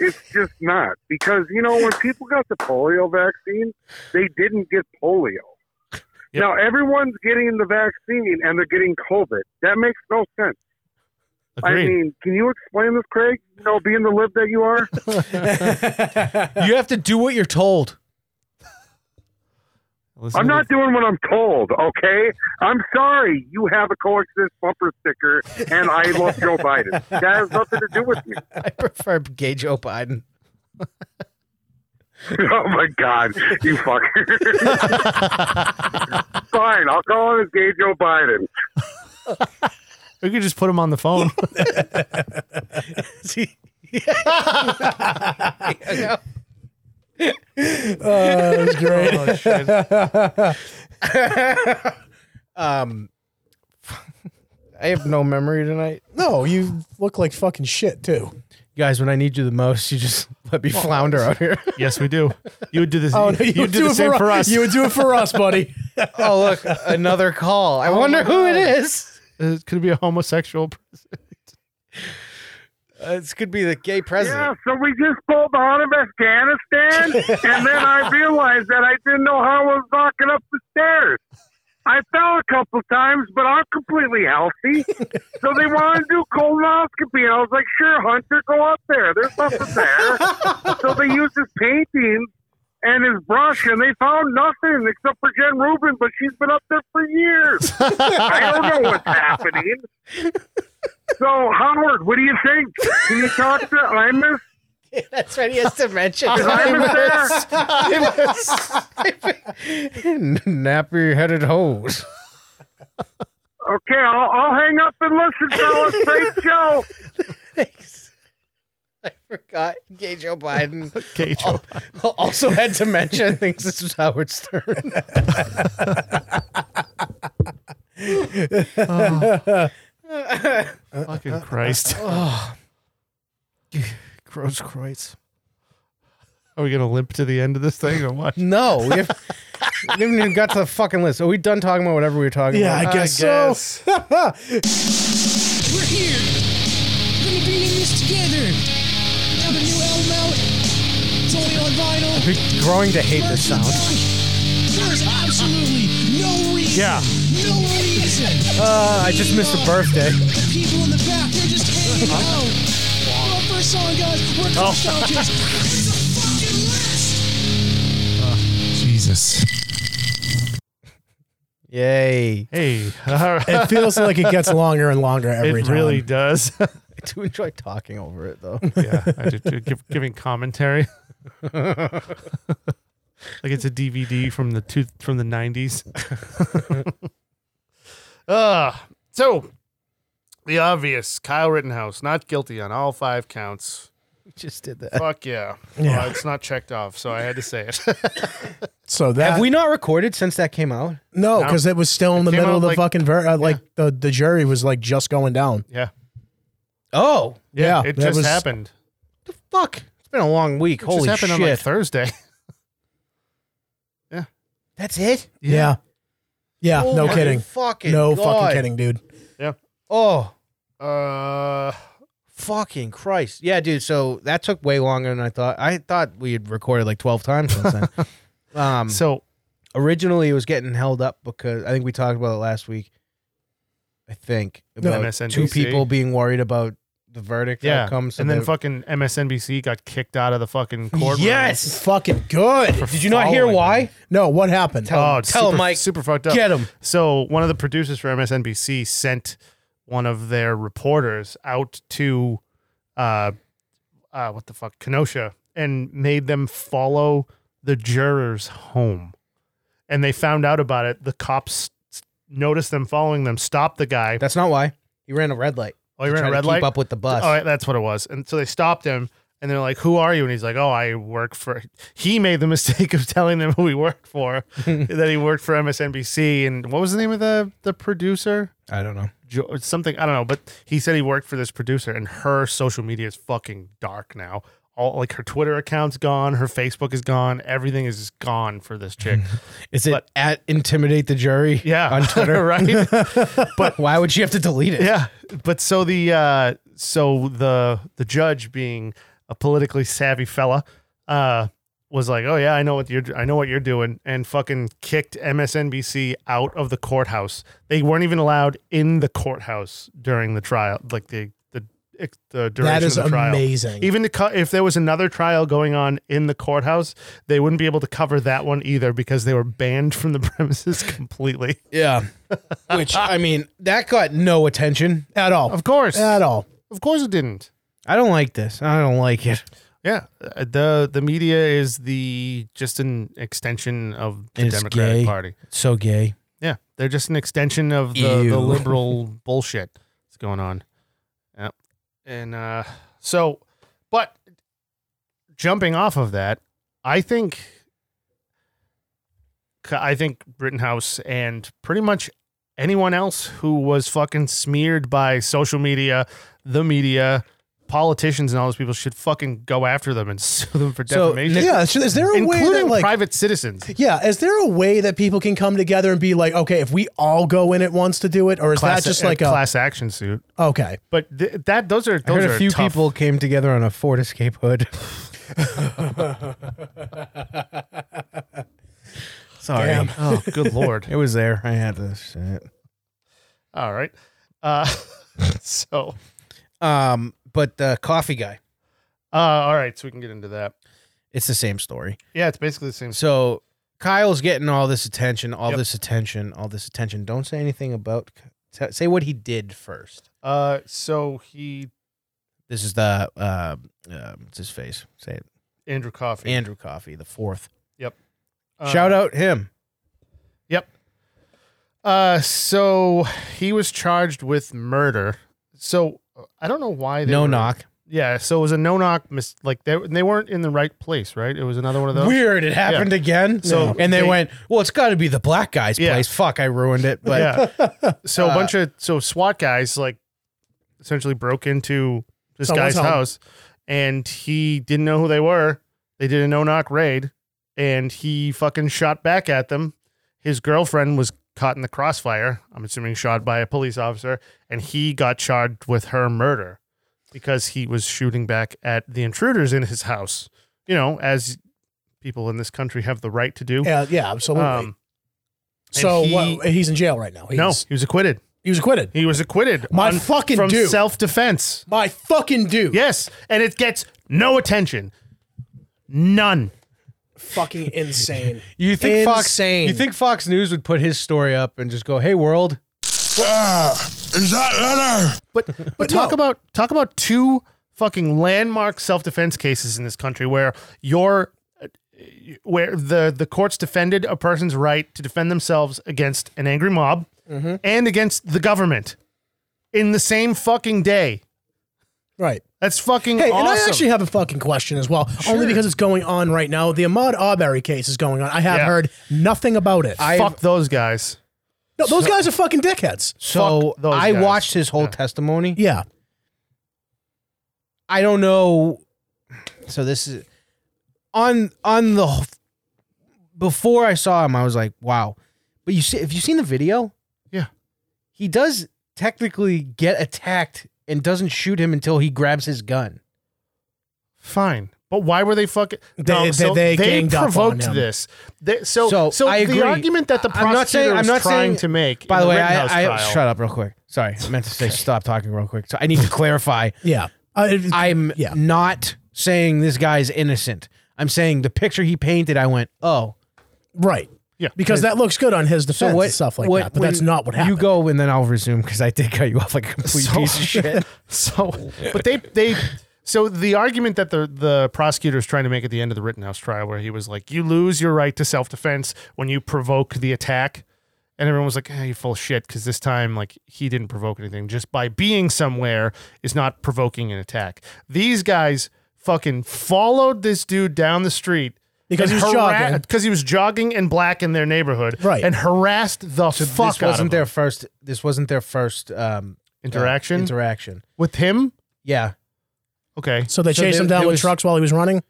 E: It's just not. Because, you know, when people got the polio vaccine, they didn't get polio.
C: Yep.
E: Now, everyone's getting the vaccine and they're getting COVID. That makes no sense. I
C: Agreed.
E: mean, can you explain this, Craig? You know, being the lib that you are?
B: Uh,
A: You have to do what you're told.
C: Listen
E: I'm
C: to
E: not doing what I'm told, okay? I'm sorry. You have a coexist bumper sticker, and I love Joe Biden. That has nothing to do with me.
A: I prefer gay Joe Biden.
E: oh my god, you fucker. Fine, I'll call him as gay Joe Biden.
C: the- we could just put him on the phone.
B: That was great.
C: oh, shit.
A: Um, I have no memory tonight.
B: no, you look like fucking shit too.
A: Guys, when I need you the most, you just let me flounder out here.
C: Yes, we do. You would do this.
B: Oh, no,
C: you, would do, the same for us.
B: You would do it for us, buddy.
A: oh, look, another call. I wonder who it is.
C: Uh, could it be a homosexual.
A: Uh, this could be the gay president.
E: Yeah, so we just pulled out of Afghanistan, and then I realized that I didn't know how I was walking up the stairs. I fell a couple times, but I'm completely healthy. So they wanted to do colonoscopy, and I was like, "Sure, Hunter, go up there. There's nothing there." so they used his paintings and his brush, and they found nothing except for Jen Rubin, but she's been up there for years. I don't know what's happening. So Howard, what do you think? Can you talk to Imus?
A: That's right. He has dementia.
E: Imus there?
A: Nappy headed hose.
E: Okay, I'll, I'll hang up and listen, fellas. Thanks, Joe.
A: Thanks. I forgot gay Joe Biden
C: Okay, Joe.
A: also had dementia and thinks this is Howard Stern.
C: Oh. Fucking Christ.
A: Oh. Gross Kreutz.
C: Are we gonna limp to the end of this thing or what?
A: No, we, have, we haven't even got to the fucking list. Are we done talking about whatever we were talking
B: Yeah,
A: about?
B: I guess, so.
G: We're here. We're gonna be in this together. We have a new album out. It's only on vinyl.
A: We're growing to hate this sound.
G: There's absolutely no reason.
C: Yeah.
G: No reason.
A: Uh, I just missed a birthday.
G: The people in the back, they're just hanging out. last song, guys. We're
A: Oh.
G: coming strong, kids. It's a fucking list.
I: Jesus.
A: Yay.
C: Hey, all right.
B: It feels like it gets longer and longer every
C: it
B: time.
C: really does.
A: I do enjoy talking over it though.
C: yeah, I do, too. Give, giving commentary. like it's a DVD from the two, from the nineties. uh, so the obvious Kyle Rittenhouse not guilty on all five counts.
A: We just did that.
C: Fuck yeah,
B: Yeah.
C: Well, it's not checked off, so I had to say it.
B: So
A: Have
B: that
A: we not recorded since that came out?
B: no,
C: No.
B: because it was still in the
C: came
B: middle
C: out
B: of the
C: like-
B: fucking ver- uh, like the the jury was like just going down.
C: yeah,
A: Oh,
B: Yeah,
C: it
B: that
C: just
B: was-
C: happened.
A: fuck. It's been a long week.
C: It
A: Holy
C: just happened
A: shit.
C: on like Thursday.
A: That's it?
B: Yeah, yeah,
A: Oh
B: no
A: my
B: kidding,
A: Fucking
B: no
A: God.
B: fucking kidding, dude.
A: Oh,
C: Uh,
A: fucking Christ. Yeah, dude. So that took way longer than I thought. I thought we had recorded like 12 times since then. um,
C: so
A: originally it was getting held up because I think we talked about it last week. I think
C: No.
A: about two
C: MSNBC.
A: people being worried about the verdict
C: Yeah,
A: outcome. So
C: and then
A: they-
C: fucking MSNBC got kicked out of the fucking courtroom.
A: yes.
B: Fucking good.
A: Did you not hear
C: following
A: why?
B: No, what happened?
C: Oh, it's
A: Tell
C: super,
A: him, Mike.
C: super fucked up.
A: Oh, Get him.
C: So one of the producers for MSNBC sent one of their reporters out to, uh, uh, what the fuck, Kenosha, and made them follow the jurors home, and they found out about it. The cops s- noticed them following them, stopped the guy.
A: That's not why. He ran a red light.
C: oh, he
A: to
C: ran
A: try
C: a
A: to
C: red
A: keep
C: light.
A: up with the bus.
C: All right, Oh, that's what it was. And so they stopped him and they're like, Who are you? And he's like, Oh, I work for. He made the mistake of telling them who he worked for, that he worked for MSNBC. And what was the name of the, the producer?
A: I don't know.
C: Jo- Something, I don't know. But he said he worked for this producer and her social media is fucking dark now. All like her Twitter account's gone, her Facebook is gone, everything is just gone for this chick.
A: Is it
C: But-
A: at intimidate the jury?
C: Yeah.
A: on Twitter,
C: right?
A: But why would she have to delete it?
C: Yeah, but so the uh, so the the judge, being a politically savvy fella, uh, was like, "Oh yeah, I know what you're I know what you're doing," and fucking kicked MSNBC out of the courthouse. They weren't even allowed in the courthouse during the trial, like the the the duration
B: That is
C: of the trial.
B: amazing.
C: Even to co- if there was another trial going on in the courthouse, they wouldn't be able to cover that one either because they were banned from the premises completely.
A: Yeah. Which I mean, that got no attention at all.
C: Of course,
B: At all.
C: of course, it didn't.
A: I don't like this. I don't like it.
C: Yeah, uh, the the media is the just an extension of the
A: It's
C: Democratic
A: gay.
C: Party.
A: So gay.
C: Yeah, they're just an extension of the,
A: Ew.
C: the liberal bullshit that's going on. Yep. And uh, so, but jumping off of that, I think I think Rittenhouse and pretty much anyone else who was fucking smeared by social media, the media, politicians, and all those people should fucking go after them and sue them for
A: So,
C: defamation,
B: Yeah. So is there a way that
C: including
B: like
C: private citizens.
B: yeah, is there a way that people can come together and be like, okay, if we all go in at once to do it, or is
C: Class, uh,
B: that just like a
C: class action suit?
B: okay?
C: But th- that those are
A: I
C: those
A: heard
C: are
A: a few
C: tough.
A: people came together on a Ford Escape hood. Sorry.
B: Damn.
C: Oh, good lord!
A: It was there. I had this shit.
C: All right. Uh, so,
A: Um, but the coffee guy,
C: uh, all right, so we can get into that.
A: it's the same story.
C: Yeah, it's basically the same.
A: So Kyle's getting all this attention, all
C: Hmm. Yep.
A: this attention, all this attention. Don't say anything about. t- Say what he did first.
C: Uh, so he
A: This is the uh, uh it's his face. Say it,
C: Andrew Coffey.
A: Andrew Coffey, the fourth.
C: uh,
A: Shout out him.
C: Uh, so he was charged with murder. So I don't know why they
A: No
C: were-
A: knock.
C: Yeah, so it was a no knock. Mis- like they they weren't in the right place, right? It was another one of those.
A: Weird. It happened again.
C: So
A: and they,
C: they-
A: went. Well, it's got to be the black guy's
C: Yeah.
A: place. Fuck, I ruined it. But
C: yeah. So a
A: Uh,
C: bunch of so SWAT guys like essentially broke into this
B: Someone's
C: guy's
B: home.
C: house, and he didn't know who they were. They did a no knock raid, and he fucking shot back at them. His girlfriend was caught in the crossfire. I'm assuming shot by a police officer, and he got charged with her murder because he was shooting back at the intruders in his house. You know, as people in this country have the right to do.
B: Yeah, yeah, absolutely.
C: Um, and
B: so
C: he-
B: what, he's in jail right now. He's,
C: no, he was acquitted.
H: He was acquitted.
C: He was acquitted.
H: My fucking
C: from
H: dude.
C: self defense.
H: My fucking dude.
C: Yes, and it gets no attention. None.
H: Fucking insane.
A: You think Fox?
H: Insane.
A: You think Fox News would put his story up and just go, "Hey, world,
I: Is that letter?
C: But but talk
H: no.
C: about talk about two fucking landmark self defense cases in this country where your uh, where the the courts defended a person's right to defend themselves against an angry mob and against the government in the same fucking day.
B: Right.
C: That's fucking
B: Hey,
C: awesome.
B: and I actually have a fucking question as well, only because it's going on right now. The Ahmad Arbery case is going on. I have
C: Yeah.
B: heard nothing about it.
C: Fuck those guys.
B: no, those guys are fucking dickheads.
A: So
C: Fuck those
A: I
C: guys.
A: watched his whole
C: Yeah.
A: testimony.
B: Yeah.
A: I don't know. So this is on on the wh- before I saw him, I was like, wow. But you see, if you seen the video,
C: Yeah.
A: he does technically get attacked and doesn't shoot him until he grabs his gun.
C: Fine. But why were they fucking?
B: They-
C: no,
B: they-
C: so
B: they ganged up on
C: provoked
B: him.
C: this. They- so,
A: So,
C: so,
A: I
C: the
A: agree.
C: argument that the
A: I'm
C: prosecutor
A: not saying- I'm
C: was
A: not
C: trying
A: saying-
C: to make.
A: By
C: in
A: the way,
C: Rittenhouse
A: I, I
C: trial-
A: shut up real quick. Sorry, I meant to say stop talking real quick. So I need to clarify.
B: Yeah. I,
A: I'm
B: Yeah.
A: not saying this guy's innocent. I'm saying the picture he painted. I went, oh,
B: right.
C: Yeah.
B: Because that looks good on his defense and stuff like
A: what-
B: that, but that's
A: when
B: not what happened.
A: You go and then I'll resume because I did cut you off like a complete
C: So-
A: piece of shit.
C: So, but they they so the argument that the the prosecutor is trying to make at the end of the Rittenhouse trial, where he was like, "You lose your right to self defense when you provoke the attack," and everyone was like, "Hey, you full of shit," because this time like he didn't provoke anything. Just by being somewhere is not provoking an attack. These guys fucking followed this dude down the street.
B: Because he was jogging.
C: Because he was jogging and black in their neighborhood,
B: Right.
C: And harassed the fuck
A: this
C: out
A: wasn't
C: of
A: their
C: him.
A: first. This wasn't their first um, uh,
C: interaction
A: interaction.
C: with him.
A: Yeah.
C: Okay,
B: so they
A: so
B: chased
A: there-
B: him down
A: there
B: with
A: was-
B: trucks while he was running?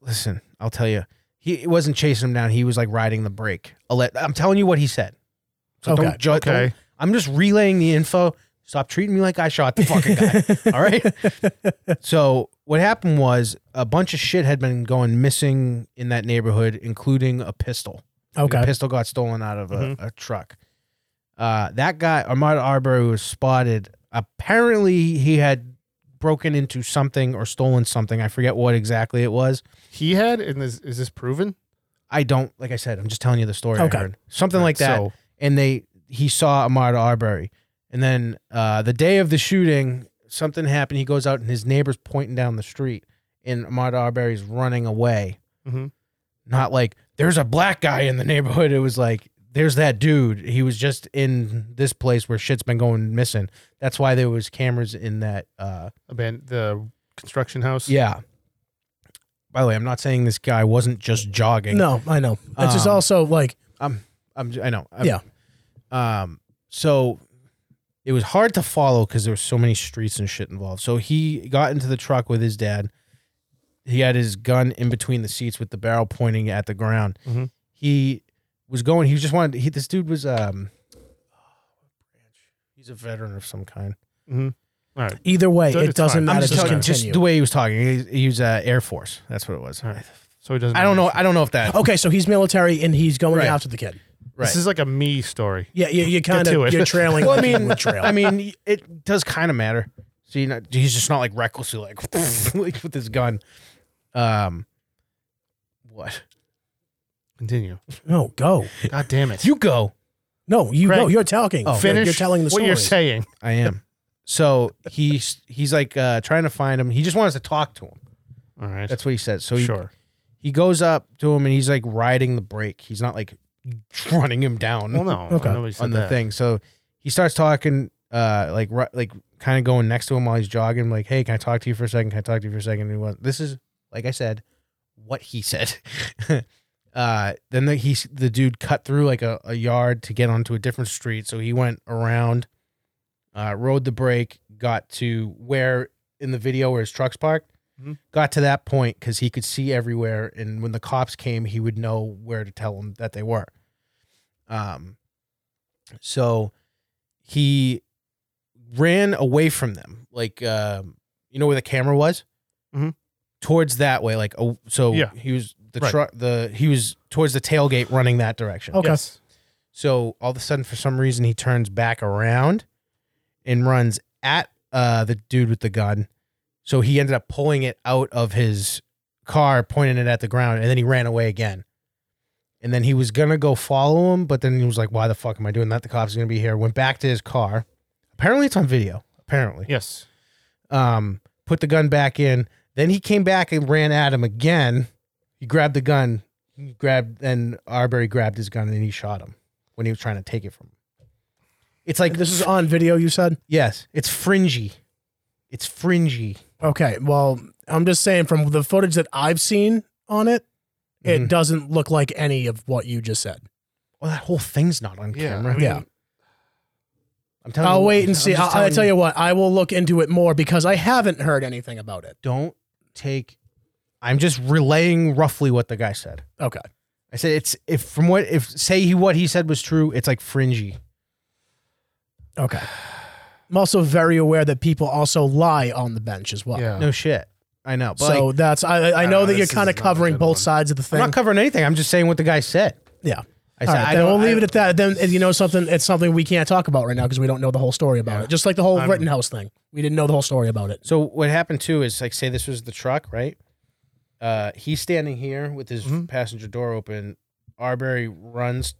A: Listen, I'll tell you. He it wasn't chasing him down. He was like riding the brake. I'll let- I'm telling you what he said. So
B: Okay,
A: don't judge.
C: okay.
A: I'm just relaying the info. Stop treating me like I shot the fucking guy. All right. So what happened was a bunch of shit had been going missing in that neighborhood, including a pistol. Like,
B: Okay. Mm-hmm.
A: A pistol got stolen out of a, a truck. Uh, that guy, Ahmad Arbery, was spotted. Apparently, he had broken into something or stolen something. I forget what exactly it was.
C: he had, and is, is this proven?
A: I don't, like I said, I'm just telling you the story.
B: Okay.
A: I heard. Something like that.
C: So-
A: And they, he saw Ahmad Arbery. And then uh, the day of the shooting, something happened. He goes out and his neighbor's pointing down the street, and Ahmad Arbery's running away.
C: Mhm.
A: Not like, there's a black guy in the neighborhood. It was like, there's that dude. He was just in this place where shit's been going missing. That's why there was cameras in that uh,
C: Aban- the construction house.
A: Yeah. By the way, I'm not saying this guy wasn't just jogging.
B: No, I know. It's just
A: Um,
B: also like,
A: I'm, j- I know. I'm-
B: Yeah.
A: Um. So it was hard to follow because there were so many streets and shit involved. So he got into the truck with his dad. He had his gun in between the seats with the barrel pointing at the ground.
C: Mhm.
A: He was going. He just wanted. He this dude was um. He's a veteran of some kind.
B: either way,
C: So
B: it
C: it's
B: doesn't
C: fine.
A: I'm
B: matter.
A: just
B: Just
A: telling you,
B: continue.
A: just the way he was talking. He, he was uh, Air Force. That's what it was.
C: All right. Oh, So he doesn't.
A: I don't know. I don't know if that.
B: okay, so he's military and he's going
A: Right.
B: after the kid.
A: right.
C: This is like a me story.
B: Yeah, you, you kind
C: to
B: of
C: it.
B: you're trailing.
A: Well, I
B: like you
A: mean,
B: would trail.
A: I mean, it does kind of matter. So you know, he's just not like recklessly like, like with his gun. Um, what?
C: Continue.
B: no, go.
C: God damn it.
A: You go.
B: No, you
C: Craig,
B: go. You're talking.
A: Oh.
B: You're-
C: finish
B: You're telling the
C: what
B: story.
C: you're saying.
A: I am. So he's he's like uh, trying to find him. He just wants to talk to him.
C: All right.
A: That's what he says. So he
C: sure.
A: he goes up to him and he's like riding the brake. He's not like running him down.
C: Well, no.
B: Okay.
C: Nobody said
A: on the
C: that.
A: thing. So he starts talking, uh, like ri- like kind of going next to him while he's jogging, like, "Hey, can I talk to you for a second? Can I talk to you for a second? And he went, this is like I said, what he said. uh, then the, he s- the dude cut through like a, a yard to get onto a different street, so he went around, uh, rode the brake, got to where in the video where his truck's parked.
C: Mhm.
A: Got to that point because he could see everywhere, and when the cops came, he would know where to tell them that they were. Um, so he ran away from them, like um, you know where the camera was,
C: Mhm.
A: towards that way. Like oh, so
C: Yeah.
A: he was the
C: Right.
A: truck. The he was towards the tailgate, running that direction.
B: Okay.
C: Yes.
A: So all of a sudden, for some reason, he turns back around and runs at uh, the dude with the gun. So he ended up pulling it out of his car, pointing it at the ground, and then he ran away again. And then he was gonna go follow him, but then he was like, "Why the fuck am I doing that? The cops are gonna be here." Went back to his car. Apparently, it's on video. Apparently,
C: Yes.
A: um, put the gun back in. Then he came back and ran at him again. He grabbed the gun, he grabbed, and Arbery grabbed his gun and he shot him when he was trying to take it from him. It's like
B: This is on video, you said?
A: yes, it's fringy. It's fringy.
B: Okay. Well, I'm just saying from the footage that I've seen on it,
C: Mm-hmm.
B: it
A: Mhm.
B: doesn't look like any of what you just said.
A: Well, that whole thing's not on
C: Yeah,
A: camera.
C: I mean-
B: Yeah.
A: I'm telling.
B: I'll
A: you-
B: wait and
A: I'm
B: see.
A: just
B: I'll, I'll
A: telling
B: tell you what, I will look into it more because I haven't heard anything about it.
A: Don't take. I'm just relaying roughly what the guy said.
B: Okay.
A: I said it's if from what if say he what he said was true. It's like fringy.
B: Okay. I'm also very aware that people also lie on the bench as well.
C: Yeah.
A: No shit. I know. But
B: So
A: like,
B: that's I I- I
C: I
B: know
C: don't know,
B: that you're
C: this
B: kind of
C: is not a
B: covering
C: good
B: both
C: one.
B: sides of the
A: I'm
B: thing.
A: not covering anything. I'm just saying what the guy said.
B: yeah.
A: I
B: All
A: said
B: right,
A: I
B: then
A: don't.
B: we'll leave
A: I-
B: it at that. Then uh, you know something. It's something we can't talk about right now because we don't know the whole story about
C: Yeah.
B: it. Just like the whole
C: I'm-
B: Rittenhouse thing, we didn't know the whole story about it.
A: So what happened too is like say this was the truck, right? Uh he's standing here with his
B: Mm-hmm.
C: Mhm.
A: passenger door open. Arbery runs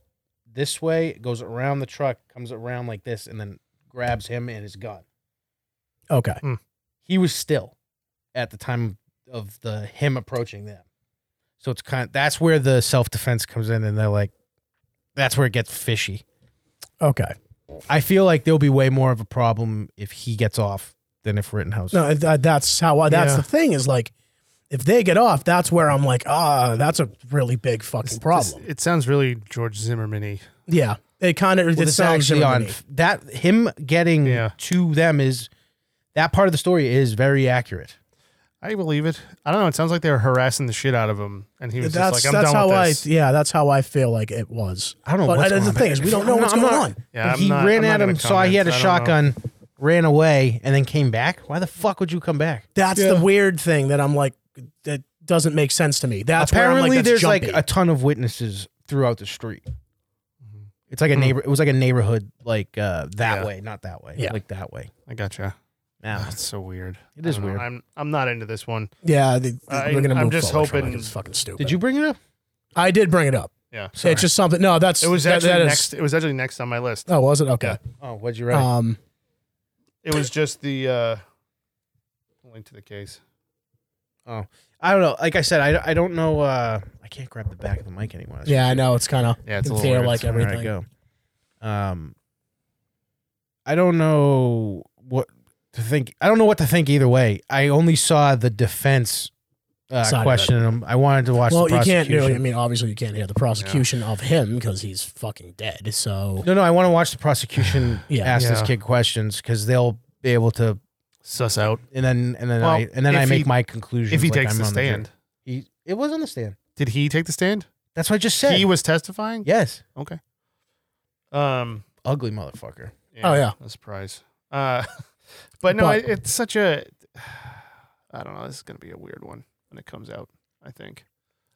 A: this way, goes around the truck, comes around like this, and then grabs him and his gun.
B: Okay.
A: He was still at the time of the him approaching them. So it's kind that's where the self defense comes in, and they're like, that's where it gets fishy.
B: Okay.
A: I feel like there'll be way more of a problem if he gets off than if Rittenhouse.
B: No, that, that's how. I, that's
C: Yeah.
B: the thing is like, if they get off, that's where I'm like, ah, that's a really big fucking problem.
C: It sounds really George Zimmerman-y.
B: yeah. It kind of
A: Well,
B: it
A: this is
B: sounds
A: actually on
B: Germany.
A: that him getting
C: Yeah.
A: to them is that part of the story is very accurate.
C: I believe it. I don't know. It sounds like they were harassing the shit out of him, and he was
B: That's
C: just like, "I'm
B: that's
C: done
B: how
C: with
B: I
C: this."
B: yeah that's how I feel like it was.
A: I don't know.
B: But
A: what's
B: that's
A: going
B: the
A: on
B: thing
A: there.
B: is we don't know what's
A: I'm
B: going
A: not-
B: on.
C: yeah, I'm
A: he
C: not-
A: ran
C: I'm not
A: at him,
C: gonna
A: saw he had a
C: comment. I don't know.
A: shotgun, ran away, and then came back. Why the fuck would you come back?
B: That's the weird thing that I'm like that doesn't make sense to me. That's where I'm
A: Apparently,
B: like, that's
A: there's
B: jumpy.
A: like a ton of witnesses throughout the street. It's
B: Hmm.
A: like a neighbor. It was like a neighborhood, like uh, that
C: Mm-hmm. Yeah.
A: way, not that way.
B: Yeah.
A: like that way.
C: I gotcha.
A: Now
C: That's so weird.
A: It
C: I
A: is
C: don't know.
A: weird.
C: I'm I'm not into this one.
B: yeah. the-
C: I-
B: we're gonna move
C: I'm just
B: forward from it.
C: hoping-
B: it's fucking stupid.
A: Did you bring it up?
B: I did bring it up.
C: Yeah,
B: It's just something. No, that's
C: it was
B: that-
C: actually
B: that is-
C: next. It was actually next on my list.
B: Oh, was it okay?
A: Oh, what'd you write?
B: Um,
C: It was just the uh, link to the case.
A: I don't know. Like I said, I, I don't know. Uh, I can't grab the back of the mic anymore. That's
B: yeah, I know it's kind of
C: Yeah,
B: it's
C: it's
B: a
C: a
B: little They're weird. like
A: All right,
B: everything.
A: go. Um, I don't know what to think. I don't know what to think either way. I only saw the defense
B: Side of
A: uh,
B: it.
A: question. him. I wanted to watch.
B: well.
A: the
B: You can't really. I
A: prosecution.
B: mean, obviously, you can't hear the prosecution of him because he's fucking dead. So
A: No, no. I want to watch the prosecution
B: Yeah.
A: ask this
C: Yeah.
A: kid questions because they'll be able to,
C: Suss out
A: and then and then
C: Well,
A: I and then I
C: if
A: make
C: he-
A: my conclusions.
C: if he
A: like
C: takes
A: I'm
C: the
A: on jury.
C: stand.
A: he it was on the stand.
C: Did he take the stand?
A: That's what I just said.
C: He was testifying.
A: yes,
C: Okay. Um.
A: ugly motherfucker.
B: Oh, yeah.
C: A surprise. Uh, but no,
B: But-
C: it, it's such a. I don't know. This is gonna be a weird one when it comes out. I think.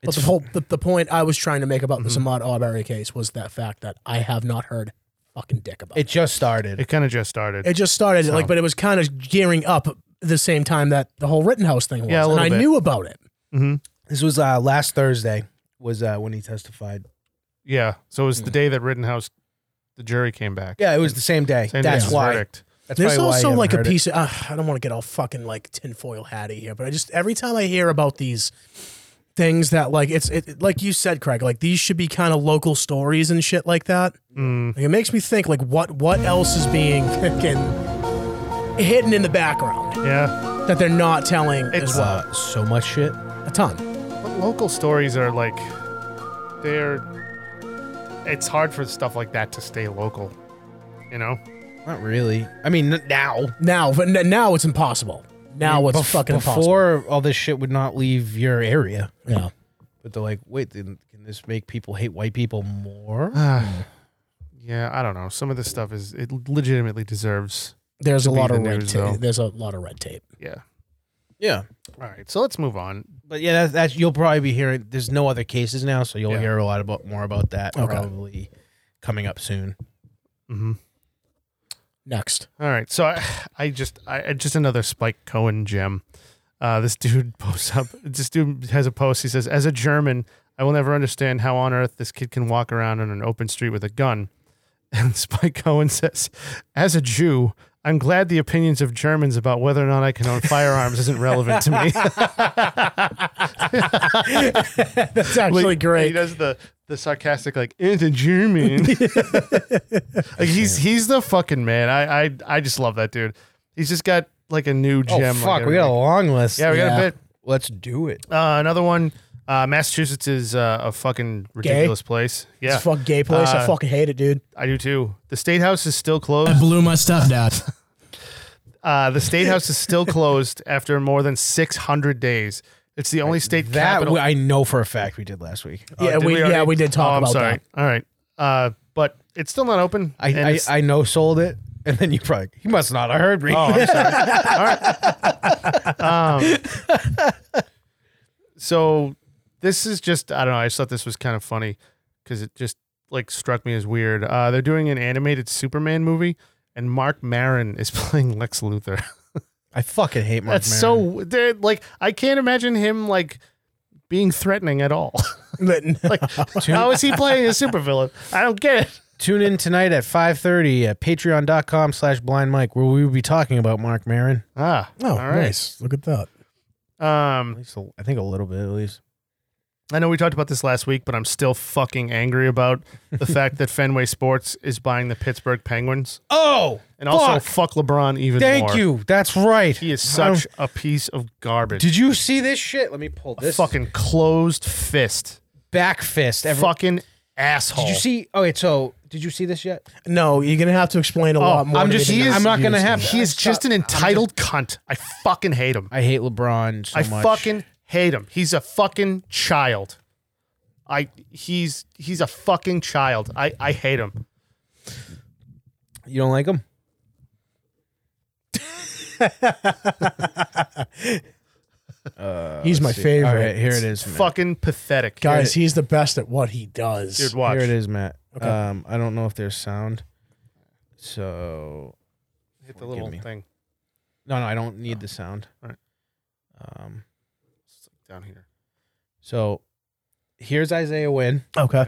B: But
A: It's
B: the, whole, the, the point I was trying to make about
C: Mm-hmm.
B: this Ahmad Arbery case was that fact that I have not heard fucking dick about it.
A: it just started.
C: It kind of just started.
B: It just started
C: So-
B: like, but it was kind of gearing up the same time that the whole Rittenhouse thing was,
C: Yeah, a
B: and
C: little
B: I
C: bit.
B: knew about it.
C: mm-hmm.
A: This was uh, last Thursday. Was uh, when he testified.
C: Yeah. So it was the day that Rittenhouse, the jury came back.
A: Hmm. Yeah, it was the same day.
C: Same day
A: That's
C: as the
A: why.
C: Verdict.
A: That's
B: There's
A: probably why you
B: also
A: haven't
B: like a
A: heard it.
B: piece of uh, I don't want to get all fucking like tinfoil hatty here, but I just every time I hear about these things that like it's it, like you said, Craig, like these should be kind of local stories and shit like that.
C: Mm,
B: Like, it makes me think like what what else is being fucking hidden in the background
C: yeah.
B: that they're not telling as
C: It's-
B: well.
A: Uh, so much shit.
B: A ton.
C: But local stories are like, they're. It's hard for stuff like that to stay local, you know.
A: Not really. I mean, n- now.
B: Now, but n- now it's impossible. Now it's
A: Bef-
B: fucking impossible.
A: Before all this shit would not leave your area,
B: Yeah.
A: but they're like, wait, then can this make people hate white people more?
C: yeah, I don't know. Some of this stuff is it legitimately deserves.
B: There's a
C: be
B: lot
C: the
B: of red
C: news,
B: tape.
C: though.
B: There's a lot of red tape.
C: Yeah.
A: Yeah,
C: All right. So let's move on.
A: but yeah, that's, that's you'll probably be hearing. There's no other cases now, so you'll
C: Yeah.
A: hear a lot about more about that
B: Okay.
A: probably coming up soon.
C: Mm-hmm.
B: Next.
C: All right, so I, I just, I I- just another Spike Cohen gem. Uh, this dude posts up. This dude has a post. He says, "As a German, I will never understand how on earth this kid can walk around on an open street with a gun." And Spike Cohen says, "As a Jew, I'm glad the opinions of Germans about whether or not I can own firearms isn't relevant to me."
B: That's actually
C: Like, He
B: great.
C: does the the sarcastic like into German. like he's he's the fucking man. I I I just love that dude. He's just got like a new
A: Oh
C: gem. like,
A: fuck, we
C: every
A: got a
C: week.
A: long list.
C: yeah, we got a
B: yeah.
C: bit.
A: Let's do it.
C: Uh, another one. Uh, Massachusetts is uh, a fucking ridiculous place. Yeah,
B: It's a fucking gay place.
C: Uh,
B: I fucking hate it, dude.
C: I do too. The state house is still closed.
J: I blew my stuff down.
C: Uh, the state house is still closed after more than six hundred days. It's the only state
A: That
C: capital.
A: w- I know for a fact we did last week.
C: Uh,
B: yeah,
C: did
B: we, yeah
C: already-
B: we did talk
C: oh, I'm
B: about
C: sorry.
B: that.
C: All right, uh, but it's still not open. and
A: I, I,
C: it's-
A: I know sold it, and then you probably he must not have heard me.
C: Oh, I'm sorry. All right. Um, so this is just I don't know. I just thought this was kind of funny because it just like struck me as weird. Uh, they're doing an animated Superman movie, and Mark Maron is playing Lex Luthor.
A: I fucking hate Mark.
C: That's
A: Maron.
C: so they're, like I can't imagine him like being threatening at all. like how is he playing a supervillain? I don't get it.
A: Tune in tonight at five thirty at patreon.com slash blind mike where we will be talking about Mark Maron.
C: Ah,
B: Oh,
C: all right.
B: nice. Look at that.
C: Um,
A: At least a, I think a little bit at least.
C: I know we talked about this last week, but I'm still fucking angry about the fact that Fenway Sports is buying the Pittsburgh Penguins.
A: Oh,
C: And also fuck LeBron even
A: thank
C: more.
A: you. That's right.
C: He is
A: I don't-
C: such a piece of garbage.
A: Did you see this shit? Let me pull this
C: fucking closed fist.
A: back fist. Every-
C: fucking asshole.
A: Did you see? Okay, so did you see this yet?
B: No, you're gonna have to explain a
C: Oh,
B: lot more.
A: I'm
B: to me
A: just-
B: than
A: he
B: that.
A: is- I'm not gonna have-
C: He is just an entitled cunt. I fucking hate him.
A: I hate LeBron so
C: I
A: much.
C: fucking hate him. He's a fucking child. I he's he's a fucking child. I I hate him.
A: you don't like him.
B: He's my favorite.
A: All right, here it is. Matt.
C: Fucking pathetic.
B: guys. He's the best at what he does.
C: Dude, watch.
A: Here it is, Matt. Um, I don't know if there's sound. So
C: Hit the little
A: Give me.
C: thing
A: no, no, I don't need the sound.
C: Alright.
A: Um,
C: down here.
A: so here's Isaiah Wynn.
B: Okay.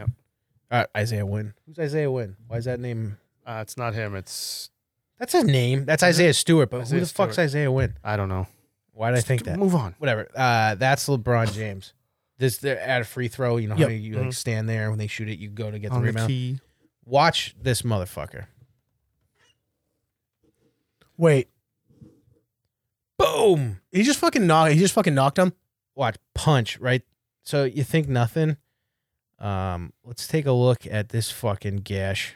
A: Uh, Isaiah Wynn. Who's Isaiah Wynn? Why is that name?
C: Uh, it's not him. It's
A: That's his name. That's Isaiah Stewart. But
C: Isaiah
A: who the fuck's
C: Stewart.
A: Isaiah Wynn?
C: I don't know.
A: Why did I think that?
C: Move on.
A: Whatever. Uh, that's LeBron James. This they're at a free throw. You know
B: Yep.
A: how you like stand there when they shoot it, you go to get the
C: Mm-hmm. On the
A: rebound.
C: key.
A: Watch this motherfucker.
B: Wait,
A: Boom.
B: he just fucking knocked. He just fucking knocked him.
A: watch punch right so you think nothing um let's take a look at this fucking gash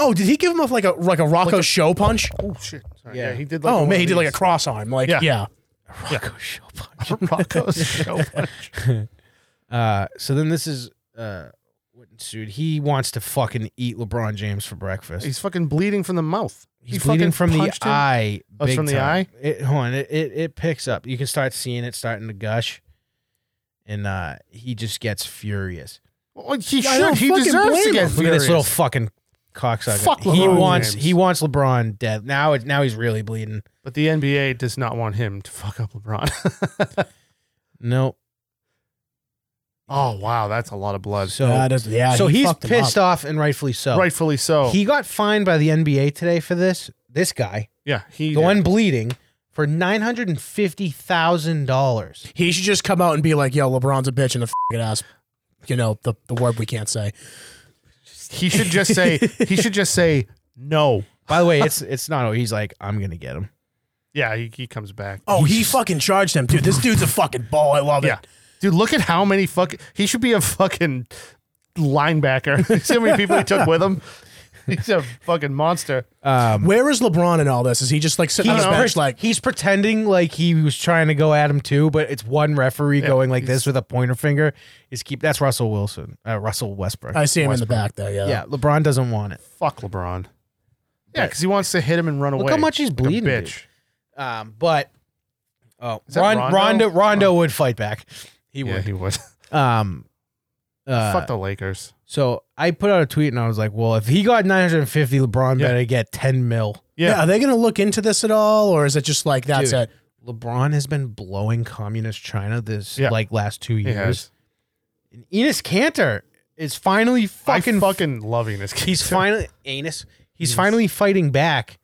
B: Oh, did he give him a, like a like a Rocco show punch?
C: Oh shit. Sorry.
A: Yeah.
C: Yeah. he did. Like
B: oh
C: one
B: man,
C: of
B: he did like a
C: these.
B: cross arm. Like
C: Yeah.
B: yeah,
A: Rocco show punch
C: Rocco's show punch.
A: uh so then this is uh what ensued he wants to fucking eat lebron james for breakfast
C: He's fucking bleeding from the mouth.
A: He's bleeding
C: fucking
A: from the
C: punched him.
A: eye
C: Oh, it's
A: big
C: from the
A: time.
C: eye?
A: it, hold on it, it it picks up you can start seeing it starting to gush and uh he just gets furious
C: Well, Oh, he
B: I
C: should.
B: don't
C: He
B: fucking
C: deserves to
B: blame him.
C: get
A: Look at
C: furious.
A: this little fucking cocksucker.
C: Fuck
A: he
C: LeBron
A: wants
C: James.
A: he wants LeBron dead. Now it now he's really bleeding.
C: but the NBA does not want him to fuck up LeBron.
A: Nope.
C: oh wow, that's a lot of blood.
A: So
B: That is- yeah,
A: so
B: he
A: he's
B: fucked him up.
A: pissed off and rightfully so.
C: Rightfully so.
A: He got fined by the NBA today for this. This guy
C: yeah. He
A: the one bleeding for nine hundred and fifty thousand dollars.
B: He should just come out and be like, "Yo, LeBron's a bitch and a fucking ass." You know the the word we can't say.
C: He should just say. he should just say no.
A: By the way, it's it's not. oh, He's like, I'm gonna get him.
C: Yeah. He, he comes back.
B: Oh, he fucking charged him, dude. This dude's a fucking ball. I love
C: Yeah. Dude, look at how many fucking. He should be a fucking linebacker. See how many people he took with him? He's a fucking monster.
B: it. Where is LeBron in all this? Is he just like sitting
A: He's,
B: on the
A: pre-
B: bench, like
A: Um, he's pretending like he was trying to go at him too, but it's one referee going like this with a pointer finger. Is keep that's Russell Wilson, uh, Russell Westbrook.
B: I see him in the back there. Yeah,
A: Yeah, LeBron doesn't want it.
C: Fuck LeBron. Yeah, because he wants to hit him and run away.
A: Look how much he's
C: Like a
A: bleeding,
C: bitch.
A: dude. Um, but oh,
C: Is that
A: Ron, Rondo
C: Rondo? Oh.
A: Rondo would fight back. He
C: Yeah,
A: would.
C: he would.
A: Um, Uh,
C: Fuck the Lakers.
A: So I put out a tweet and I was like, well, if he got 950, LeBron
C: Yeah.
A: better get 10 mil.
C: Yeah.
B: Are they going to look into this at all, or is it just like that's
A: Dude.
B: it?
A: LeBron has been blowing communist China this
C: Yeah.
A: like last two
C: He
A: years.
C: has.
A: And Enos Cantor is finally
C: I
A: fucking,
C: fucking loving this.
A: he's
C: kid.
A: finally anus. He's finally fighting back.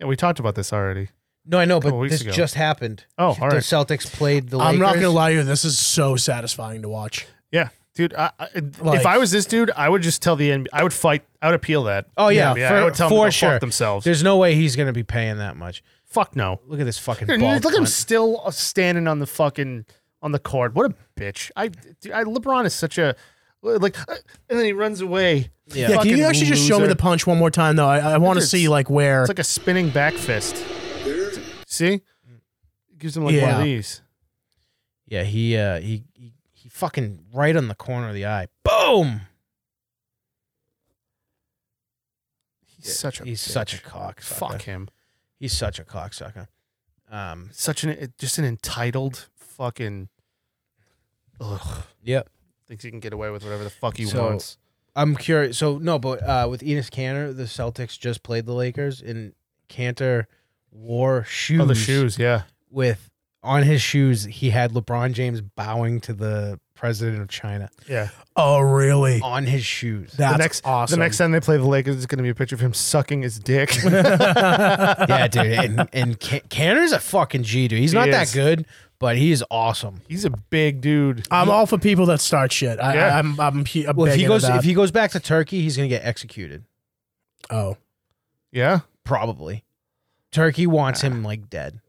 C: Yeah, we talked about this already.
A: No, I know,
C: Couple
A: but
C: weeks
A: this
C: ago.
A: just happened.
C: Oh, all
A: The
C: right.
A: Celtics played the Lakers.
B: I'm not going to lie to you. This is so satisfying to watch.
C: Yeah, dude. I, I,
B: Like-
C: if I was this dude, I would just tell the NBA. I would fight. I would appeal that.
A: Oh, yeah,
C: yeah.
A: for-
C: I would tell
A: for
C: them to
A: sure.
C: fuck themselves.
A: There's no way he's going to be paying that much.
C: fuck no.
A: Look at this fucking
C: Dude,
A: ball.
C: look at him still uh, standing on the fucking on the court. What a bitch! I, dude, I LeBron is such a like, uh, and then he runs away.
A: Yeah.
B: Yeah, can
C: Fucking
B: you actually just show me
C: loser.
B: the punch one more time, though? I, I want to
C: It's-
B: see like where.
C: It's like a spinning back fist. See, gives him like one
B: Yeah.
C: of these.
A: Yeah, he uh he, he he fucking right on the corner of the eye. Boom.
C: He's such a
A: He's
C: bitch.
A: such a cocksucker.
C: fuck him.
A: He's such a cocksucker. Um
C: Such an just an entitled fucking. Ugh,
A: yep.
C: thinks he can get away with whatever the fuck he
A: So-
C: wants.
A: I'm curious. So no, but uh with Enos Cantor, the Celtics just played the Lakers and Cantor wore shoes,
C: Oh, the shoes, yeah.
A: with on his shoes he had LeBron James bowing to the president of China
C: Yeah.
B: oh, really?
A: on his shoes.
B: That's
C: next-
B: awesome.
C: The next time they play the Lakers, it's going to be a picture of him sucking his dick.
A: yeah, dude. And, and Can- Cantor's a fucking G, dude. He's
C: He
A: not
C: is.
A: that good, but he's awesome.
C: He's a big dude.
B: I'm all for people that start shit. I,
C: Yeah.
B: I'm, I'm, pu- I'm
A: Well, if he
B: big into
A: goes
B: that.
A: if he goes back to Turkey, he's gonna get executed.
B: oh,
C: Yeah.
A: Probably. Turkey wants him like dead.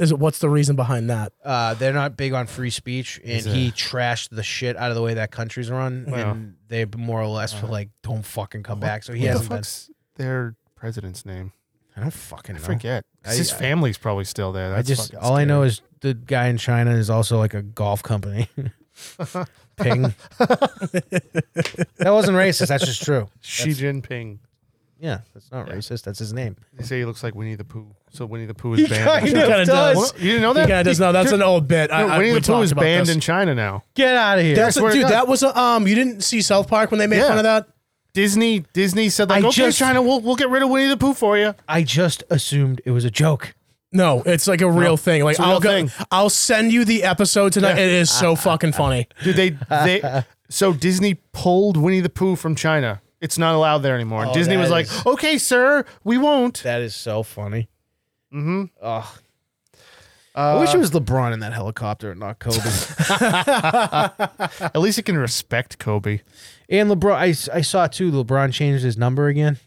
B: is it? What's the reason behind that?
A: Uh, they're not big on free speech, and
C: He's a-
A: he trashed the shit out of the way that country's run,
C: Wow.
A: and they more or less were like, "Don't fucking come
C: Uh-huh. What-
A: back." So he
C: what the
A: hasn't been.
C: fuck's their president's name?
A: I don't fucking
C: I
A: know.
C: forget. 'Cause
A: I-
C: his
A: I-
C: family's probably still there.
A: I
C: That's
A: just all I know is the guy in China is also like a golf company. Ping. that wasn't racist. That's just true.
C: Xi Jinping.
A: Yeah, that's not
C: Yeah.
A: racist. That's his name.
C: They say he looks like Winnie the Pooh. So Winnie the Poo is banned.
B: kinda does.
C: What? You didn't know that?
B: Yeah, does no. That's an old bit. I,
C: No,
B: I,
C: Winnie
B: we
C: the Pooh
B: talked
C: is
B: about
C: banned
B: this.
C: in China now.
A: Get out of here.
B: That's
C: swear
B: a,
C: to
B: dude.
C: God.
B: That was a, um. You didn't see South Park when they made
C: Yeah.
B: fun of that.
C: Disney Disney said like,
A: I
C: okay,
A: just-
C: China, we'll we'll get rid of Winnie the Pooh for you.
A: I just assumed it was a joke.
B: No, it's like a real thing. Like
C: a real
B: I'll go.
C: thing.
B: I'll send you the episode tonight.
C: Yeah.
B: It is so fucking funny.
C: Dude, they they so Disney pulled Winnie the Pooh from China. It's not allowed there anymore. And
A: Oh,
C: Disney
A: that
C: was like,
A: is-
C: "Okay, sir, we won't."
A: That is so funny.
C: Mm-hmm.
A: Oh,
C: Uh,
A: I wish it was LeBron in that helicopter and not Kobe.
C: At least you can respect Kobe.
A: and LeBron, I, s- I saw too. LeBron changed his number again.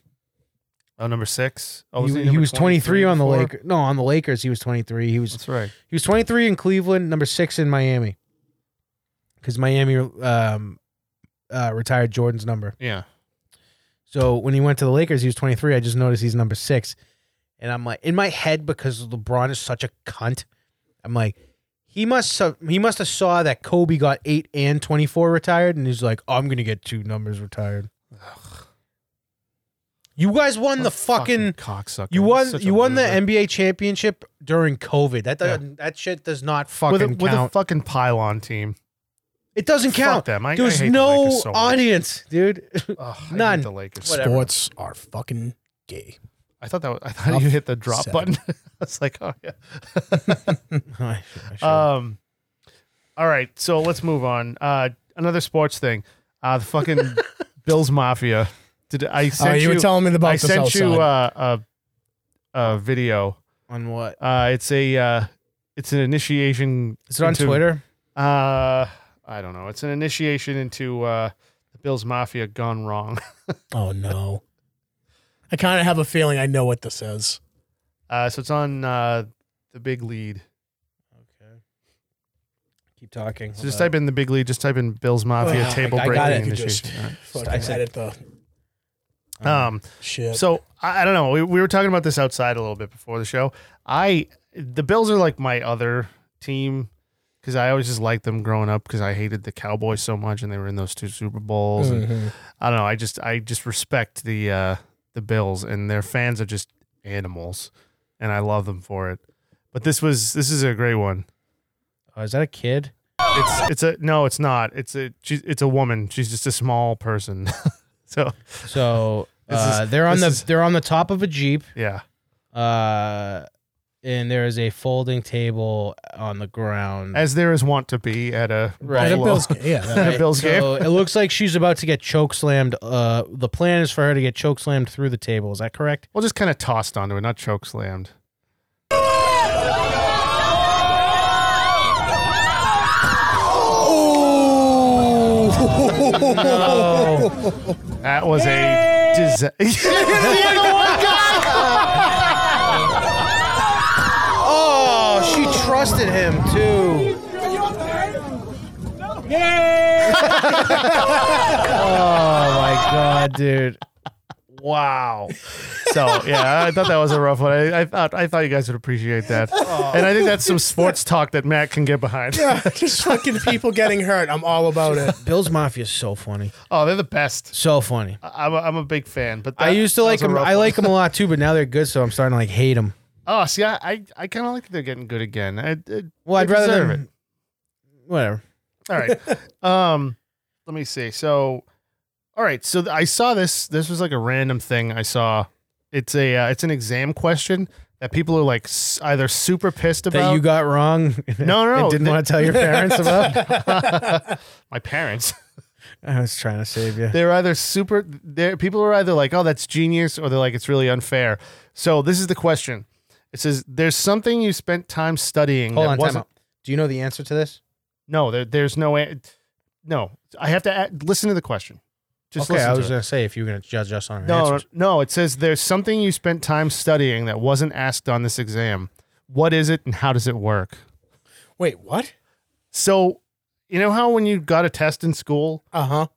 C: Oh, number six. Oh,
A: He,
C: wasn't
A: he
C: number
A: was 23 on the
C: before?
A: Lakers. No, on the Lakers he was 23. He was
C: That's right.
A: he was 23 in Cleveland, number six in Miami, because Miami um, uh, retired Jordan's number.
C: Yeah.
A: So when he went to the Lakers, he was 23. I just noticed he's number six, and I'm like in my head because LeBron is such a cunt. I'm like. He must have, he must have saw that Kobe got eight and twenty four retired, and he's like, "Oh, "I'm gonna get two numbers retired." You guys won the fucking
C: cocksucker.
A: You
C: He's
A: won.
C: such a
A: You won the
C: loser.
A: NBA championship during COVID. That doesn't- that shit does not fucking
C: with a, with a
A: count.
C: fucking pylon team.
A: it doesn't count.
C: Fuck them. I,
A: There's
C: I hate the
A: no
C: Lakers so much.
A: audience, dude.
C: Ugh, I
A: None.
C: hate the Lakers.
A: Whatever.
B: Sports are fucking gay.
C: I thought that was, I thought you hit the drop
B: Seven.
C: button. I was like, oh yeah.
A: I should- I should-
C: Um. All right, so let's move on. Uh, another sports thing. Uh, the fucking Bills Mafia. Did I
B: Oh,
C: sent
B: you, were telling me about
C: I
B: the
C: sent
B: South
C: you
B: Side.
C: uh, a a video.
A: on what?
C: Uh, it's a uh, it's an initiation.
A: Is it on
C: into-
A: Twitter?
C: Uh, I don't know. It's an initiation into uh, the Bills Mafia gone wrong.
B: oh no. I kind of have a feeling I know what this is.
C: Uh, so it's on uh, the Big Lead.
A: Okay. Keep talking.
C: So
A: Hold
C: just
A: on.
C: type in the Big Lead. Just type in Bills Mafia
B: Oh,
C: table
A: I got
C: breaking
A: it.
B: You just-
C: initiation. All right.
B: Fucking
A: I said-
B: edit the
C: Um,
B: shit.
C: So I, I don't know. We, we were talking about this outside a little bit before the show. I the Bills are like my other team because I always just liked them growing up because I hated the Cowboys so much and they were in those two Super Bowls. And
B: Mhm.
C: I don't know. I just I just respect the uh, the Bills and their fans are just animals, and I love them for it. But this was this is a great one.
A: Oh, is that a kid?
C: It's it's a no, it's not. It's a she's it's a woman. She's just a small person. so
A: So
C: This is-
A: uh, they're on
C: this
A: the
C: is-
A: they're on the top of a jeep,
C: yeah,
A: uh, and there is a folding table on the ground.
C: as there is wont to be at a
A: Right.
B: At a
C: Buffalo-
B: Bills game, yeah. that-
A: Right,
C: Bills
A: so it looks like she's about to get choke slammed. Uh, the plan is for her to get choke slammed through the table. Is that correct?
C: Well, just kind of tossed onto it, not choke slammed. That was a disaster.
A: Oh, she trusted him too. oh my god, dude!
C: wow. So yeah, I thought that was a rough one. I, I thought I thought you guys would appreciate that, and I think that's some sports talk that Matt can get behind.
B: yeah, just fucking people getting hurt. I'm all about it.
A: Bill's Mafia is so funny,
C: Oh, they're the best.
A: so funny.
C: I- I'm a, I'm a big fan, but
A: I
C: that-
A: used to
C: that
A: like
C: was a
A: them.
C: rough
A: I
C: one.
A: like them a lot too, but now they're good, so I'm starting to like hate them.
C: Oh, see, I I, I kind of like that they're getting good again. I, I-
A: Well,
C: They
A: I'd rather
C: deserve
A: them, whatever.
C: All right. um, let me see. So, all right. So th- I saw this. This was like a random thing I saw. It's a uh, it's an exam question that people are like s- either super pissed about.
A: That you got wrong.
C: no, no,
A: and didn't
C: that-
A: want to tell your parents about.
C: my parents.
A: I was trying to save you.
C: They're either super. They're, people are either like, "Oh, that's genius," or they're like, "It's really unfair." So this is the question. It says, "There's something you spent time studying."
A: Hold
C: that
A: on, time
C: wasn't-
A: out. Do you know the answer to this?
C: No, there, there's no. a- No, I have to a listen to the question. Just
A: okay,
C: listen
A: I
C: to
A: was
C: it.
A: gonna say if you were gonna judge us on our
C: No,
A: answers.
C: no, it says there's something you spent time studying that wasn't asked on this exam. What is it and how does it work?
B: Wait, what?
C: So, you know how when you got a test in school,
B: Uh huh.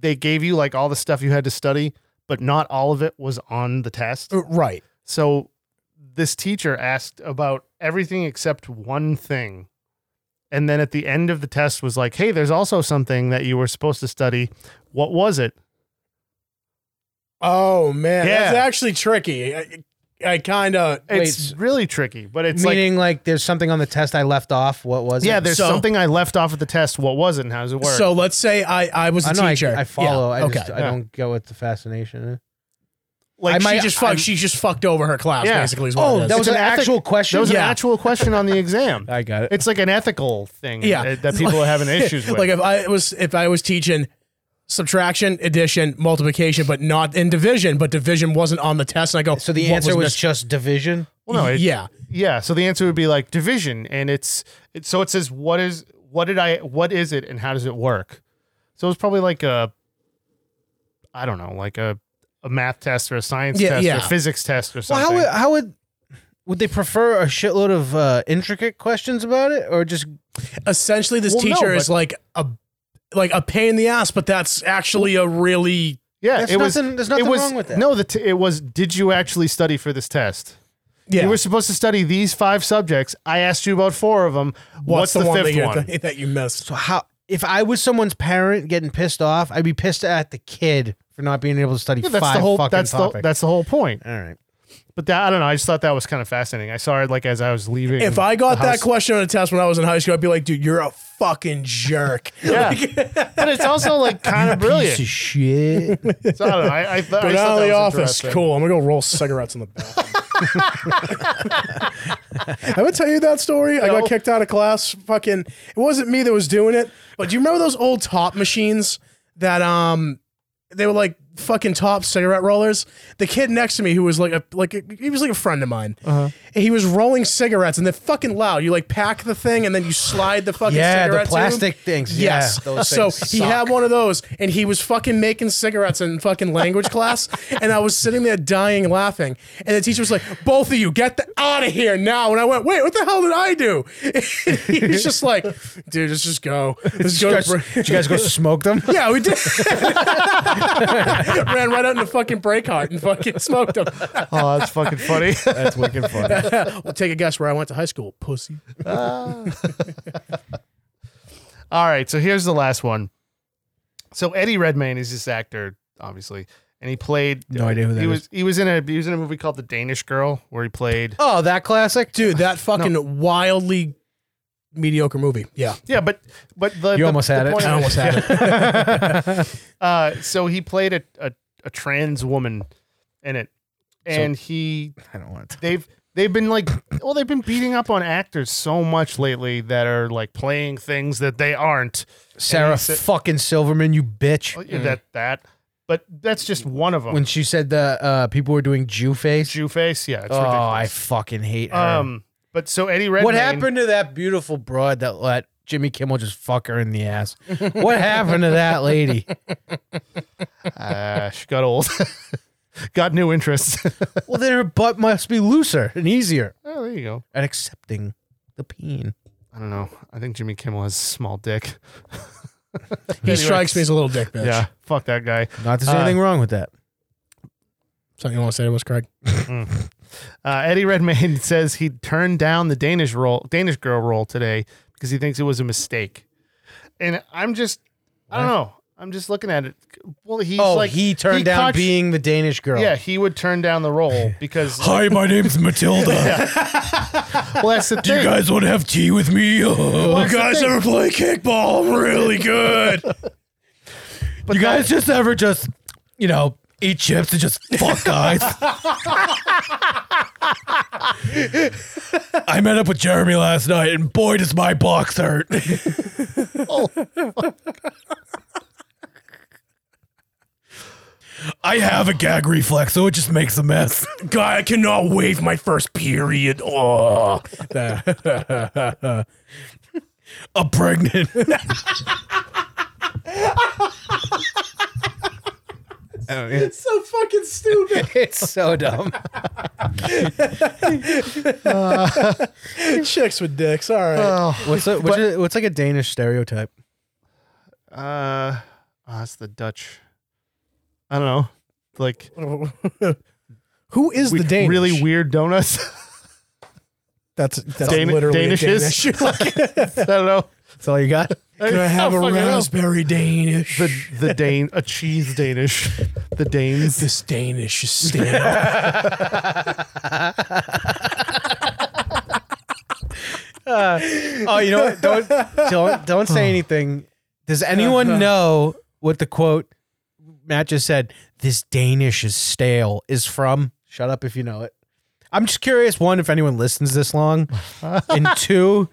C: they gave you like all the stuff you had to study, but not all of it was on the test?
B: Uh, Right.
C: So, this teacher asked about everything except one thing. And then at the end of the test was like, "Hey, there's also something that you were supposed to study. What was it?"
B: Oh man, that's
C: Yeah.
B: actually tricky. I, I kind of
C: It's really tricky, but it's like
A: Meaning, like, there's something on the test I left off. What was it?
C: Yeah, there's
B: So-
C: something I left off at the test. What was it and how does it work?
B: so. Let's say I I was a
A: I know. I,
B: teacher.
A: I follow.
B: Yeah,
A: I
B: okay.
A: just, I don't get what the fascination. is.
C: like,
A: I might-
B: she just fucked.
A: I'm-
B: she just fucked over her class.
C: Yeah. Oh,
B: Basically, is what it is.
C: that was an ethic-
A: question.
C: there was
B: Yeah.
C: an actual question on the exam.
A: I got it.
C: It's like an ethical thing
B: yeah
C: that, that people are having issues with.
B: like if i was if i was teaching subtraction addition multiplication but not in division but division wasn't on the test and i go
A: so the
B: what
A: answer was,
B: necess-
A: just division.
C: well, no, it, yeah.
B: yeah
C: So the answer would be like division, and it's it, so it says what is what did I what is it and how does it work? So it's probably like a I don't know, like a a math test or a science
B: Yeah,
C: test or
B: yeah.
C: a physics test or
A: Well,
C: something.
A: how would how would would they prefer a shitload of uh, intricate questions about it, or just
B: essentially this
C: Well, no,
B: teacher
C: but-
B: is like a like a pain in the ass but that's actually a really
C: yeah,
A: that's
C: it was.
A: nothing- there's nothing
C: it was,
A: wrong with that.
C: No, the t- it was. Did you actually study for this test?
B: yeah
C: You were supposed to study these five subjects. I asked you about four of them. What's, the,
B: one
C: fifth
B: that,
C: one?
B: you- that you missed
A: so how? If I was someone's parent getting pissed off, I'd be pissed at the kid for not being able to study
C: Yeah,
A: five
C: that's the whole.
A: fucking
C: That's the,
A: topics.
C: that's the whole point.
A: All right.
C: But that, I don't know. I just thought that was kind of fascinating. I saw it like as I was leaving.
B: if i got
C: the
B: that
C: house.
B: question on a test when i was in high school i'd be like dude you're a fucking jerk
C: yeah. but it's also like kind of
A: Piece of
C: brilliant.
A: shit.
C: So, I don't know. I, I, th- I
B: But
C: just
B: out
C: thought
B: of
C: that
B: the
C: was
B: office.
C: interesting.
B: Cool. I'm gonna go roll cigarettes in the bathroom. I would tell you that story. I
C: No.
B: got kicked out of class. Fucking, it wasn't me that was doing it. But do you remember those old top machines that um, they were like fucking top cigarette rollers? The kid next to me who was like a like a, he was like a friend of mine. And he was rolling cigarettes and they're fucking loud. You like pack the thing and then you slide the fucking
A: yeah, the
B: cigarette to him.
A: plastic things.
B: Yes.
A: Yeah, those
B: so
A: things
B: he
A: suck.
B: had one of those, and he was fucking making cigarettes in fucking language class, and I was sitting there dying laughing, and the teacher was like, "Both of you, get the out of here now!" And I went, "Wait, what the hell did I do?" And he was just like, "Dude, let's just go. Let's
A: Did
B: go."
A: you,
B: to
A: guys,
B: break."
A: did you guys go smoke them?
B: Yeah, we did. Ran right out into fucking Breakheart and fucking smoked them.
C: Oh, that's fucking funny.
A: That's wicked funny.
B: well, take a guess where I went to high school, pussy.
C: All right, so here's the last one. So Eddie Redmayne is this actor, obviously, and he played.
A: No idea who that
C: he
A: is.
C: was. He was in a he was in a movie called The Danish Girl, where he played.
A: Oh, that classic.
B: Dude, that fucking wildly mediocre movie. Yeah.
C: Yeah, but but the
A: You
C: the-
A: almost
C: the
A: had it.
C: point
B: I almost had it.
C: Uh, so he played a, a a trans woman in it, and he
A: I don't want to.
C: they've they've been like well they've been beating up on actors so much lately that are like playing things that they aren't
A: Sarah
C: he said-
A: fucking Silverman, you
B: Oh,
A: bitch.
C: that that but that's just one of them
A: When she said the uh, people were doing Jew face.
C: Jew face yeah it's
A: oh, I
C: ridiculous.
A: fucking hate her.
C: um but so Eddie Redmayne
A: what happened to that beautiful broad that let Jimmy Kimmel just fuck her in the ass? What happened to that lady?
C: uh, she got old got new interests
A: Well, then her butt must be looser and easier
C: oh there you go
A: at accepting the peen.
C: I don't know I think Jimmy Kimmel has a small dick
B: He strikes me as a little dick bitch.
C: yeah fuck that guy
A: Not that there's
C: Uh,
A: anything wrong with that.
B: Something you want to say to us, Craig?
C: Uh, Eddie Redmayne says he turned down the Danish role, Danish girl role today because he thinks it was a mistake. And I'm just, I don't know. I'm just looking at it. Well, he's
A: oh,
C: like
A: he turned down
C: contr-
A: being the Danish girl.
C: Yeah, he would turn down the role because well,
I: Hi, my name's Matilda.
C: that's the
I: You
C: thing.
I: guys want to have tea with me? you guys ever play kickball? I'm really good.
A: you guys just ever just, you know, eat chips and just fuck guys.
I: I met up with Jeremy last night, and boy, does my box hurt. I have a gag reflex, so it just makes a mess. God, I cannot wait for my first period. Oh, I'm pregnant.
B: It's so fucking stupid.
A: Oh, it's so dumb.
B: Chicks with dicks. All right.
A: What's a, what's, a- what's like a Danish stereotype?
C: Uh, oh, that's the Dutch. I don't know. Like
B: Who is
C: we-
B: the Danish?
C: really weird donuts.
B: That's that's
C: Dani-
B: literally a
C: Danishes?
B: Danish.
C: I don't know.
A: That's all you got?
B: Can I have a
C: fucking know.
B: raspberry Danish?
C: The the Dane a cheese Danish. The Danes.
B: this Danish is standard.
A: Oh, you know what? Don't don't don't say anything. Does anyone know what the quote Matt just said? This Danish is stale is from. Shut up if you know it. I'm just curious. One, if anyone listens this long, and two,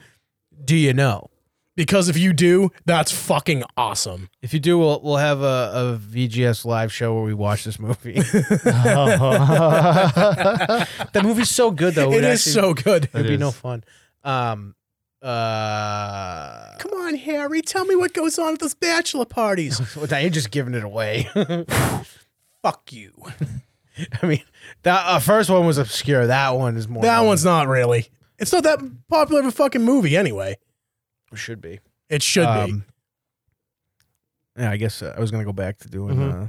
A: do you know?
B: because if you do, that's fucking awesome.
A: If you do, we'll we'll have a, a VGS live show where we watch this movie. that movie's so good though.
B: it is so good.
A: It'd be
C: is.
A: no fun. Um. Uh.
B: Come on, Harry, tell me what goes on at those bachelor parties.
A: Well, now you're just giving it away.
B: Fuck you.
A: I mean, that uh, first one was obscure. That one is more.
B: That one's not really. It's not that popular of a fucking movie anyway.
A: should be.
B: It should be.
A: Um, Yeah, I guess uh, I was gonna go back to doing
I: Mm-hmm.
A: uh,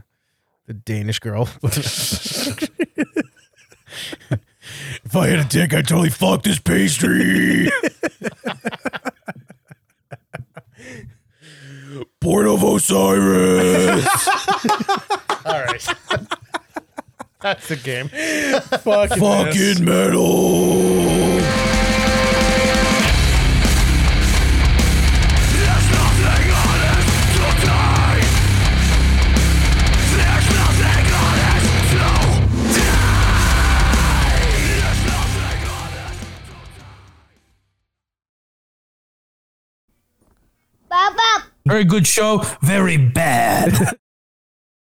A: the Danish girl.
I: If I had a dick, I'd totally fuck this pastry. Port of Osiris.
C: That's the game.
B: Fucking
I: Fucking metal.
J: Very good show, very bad.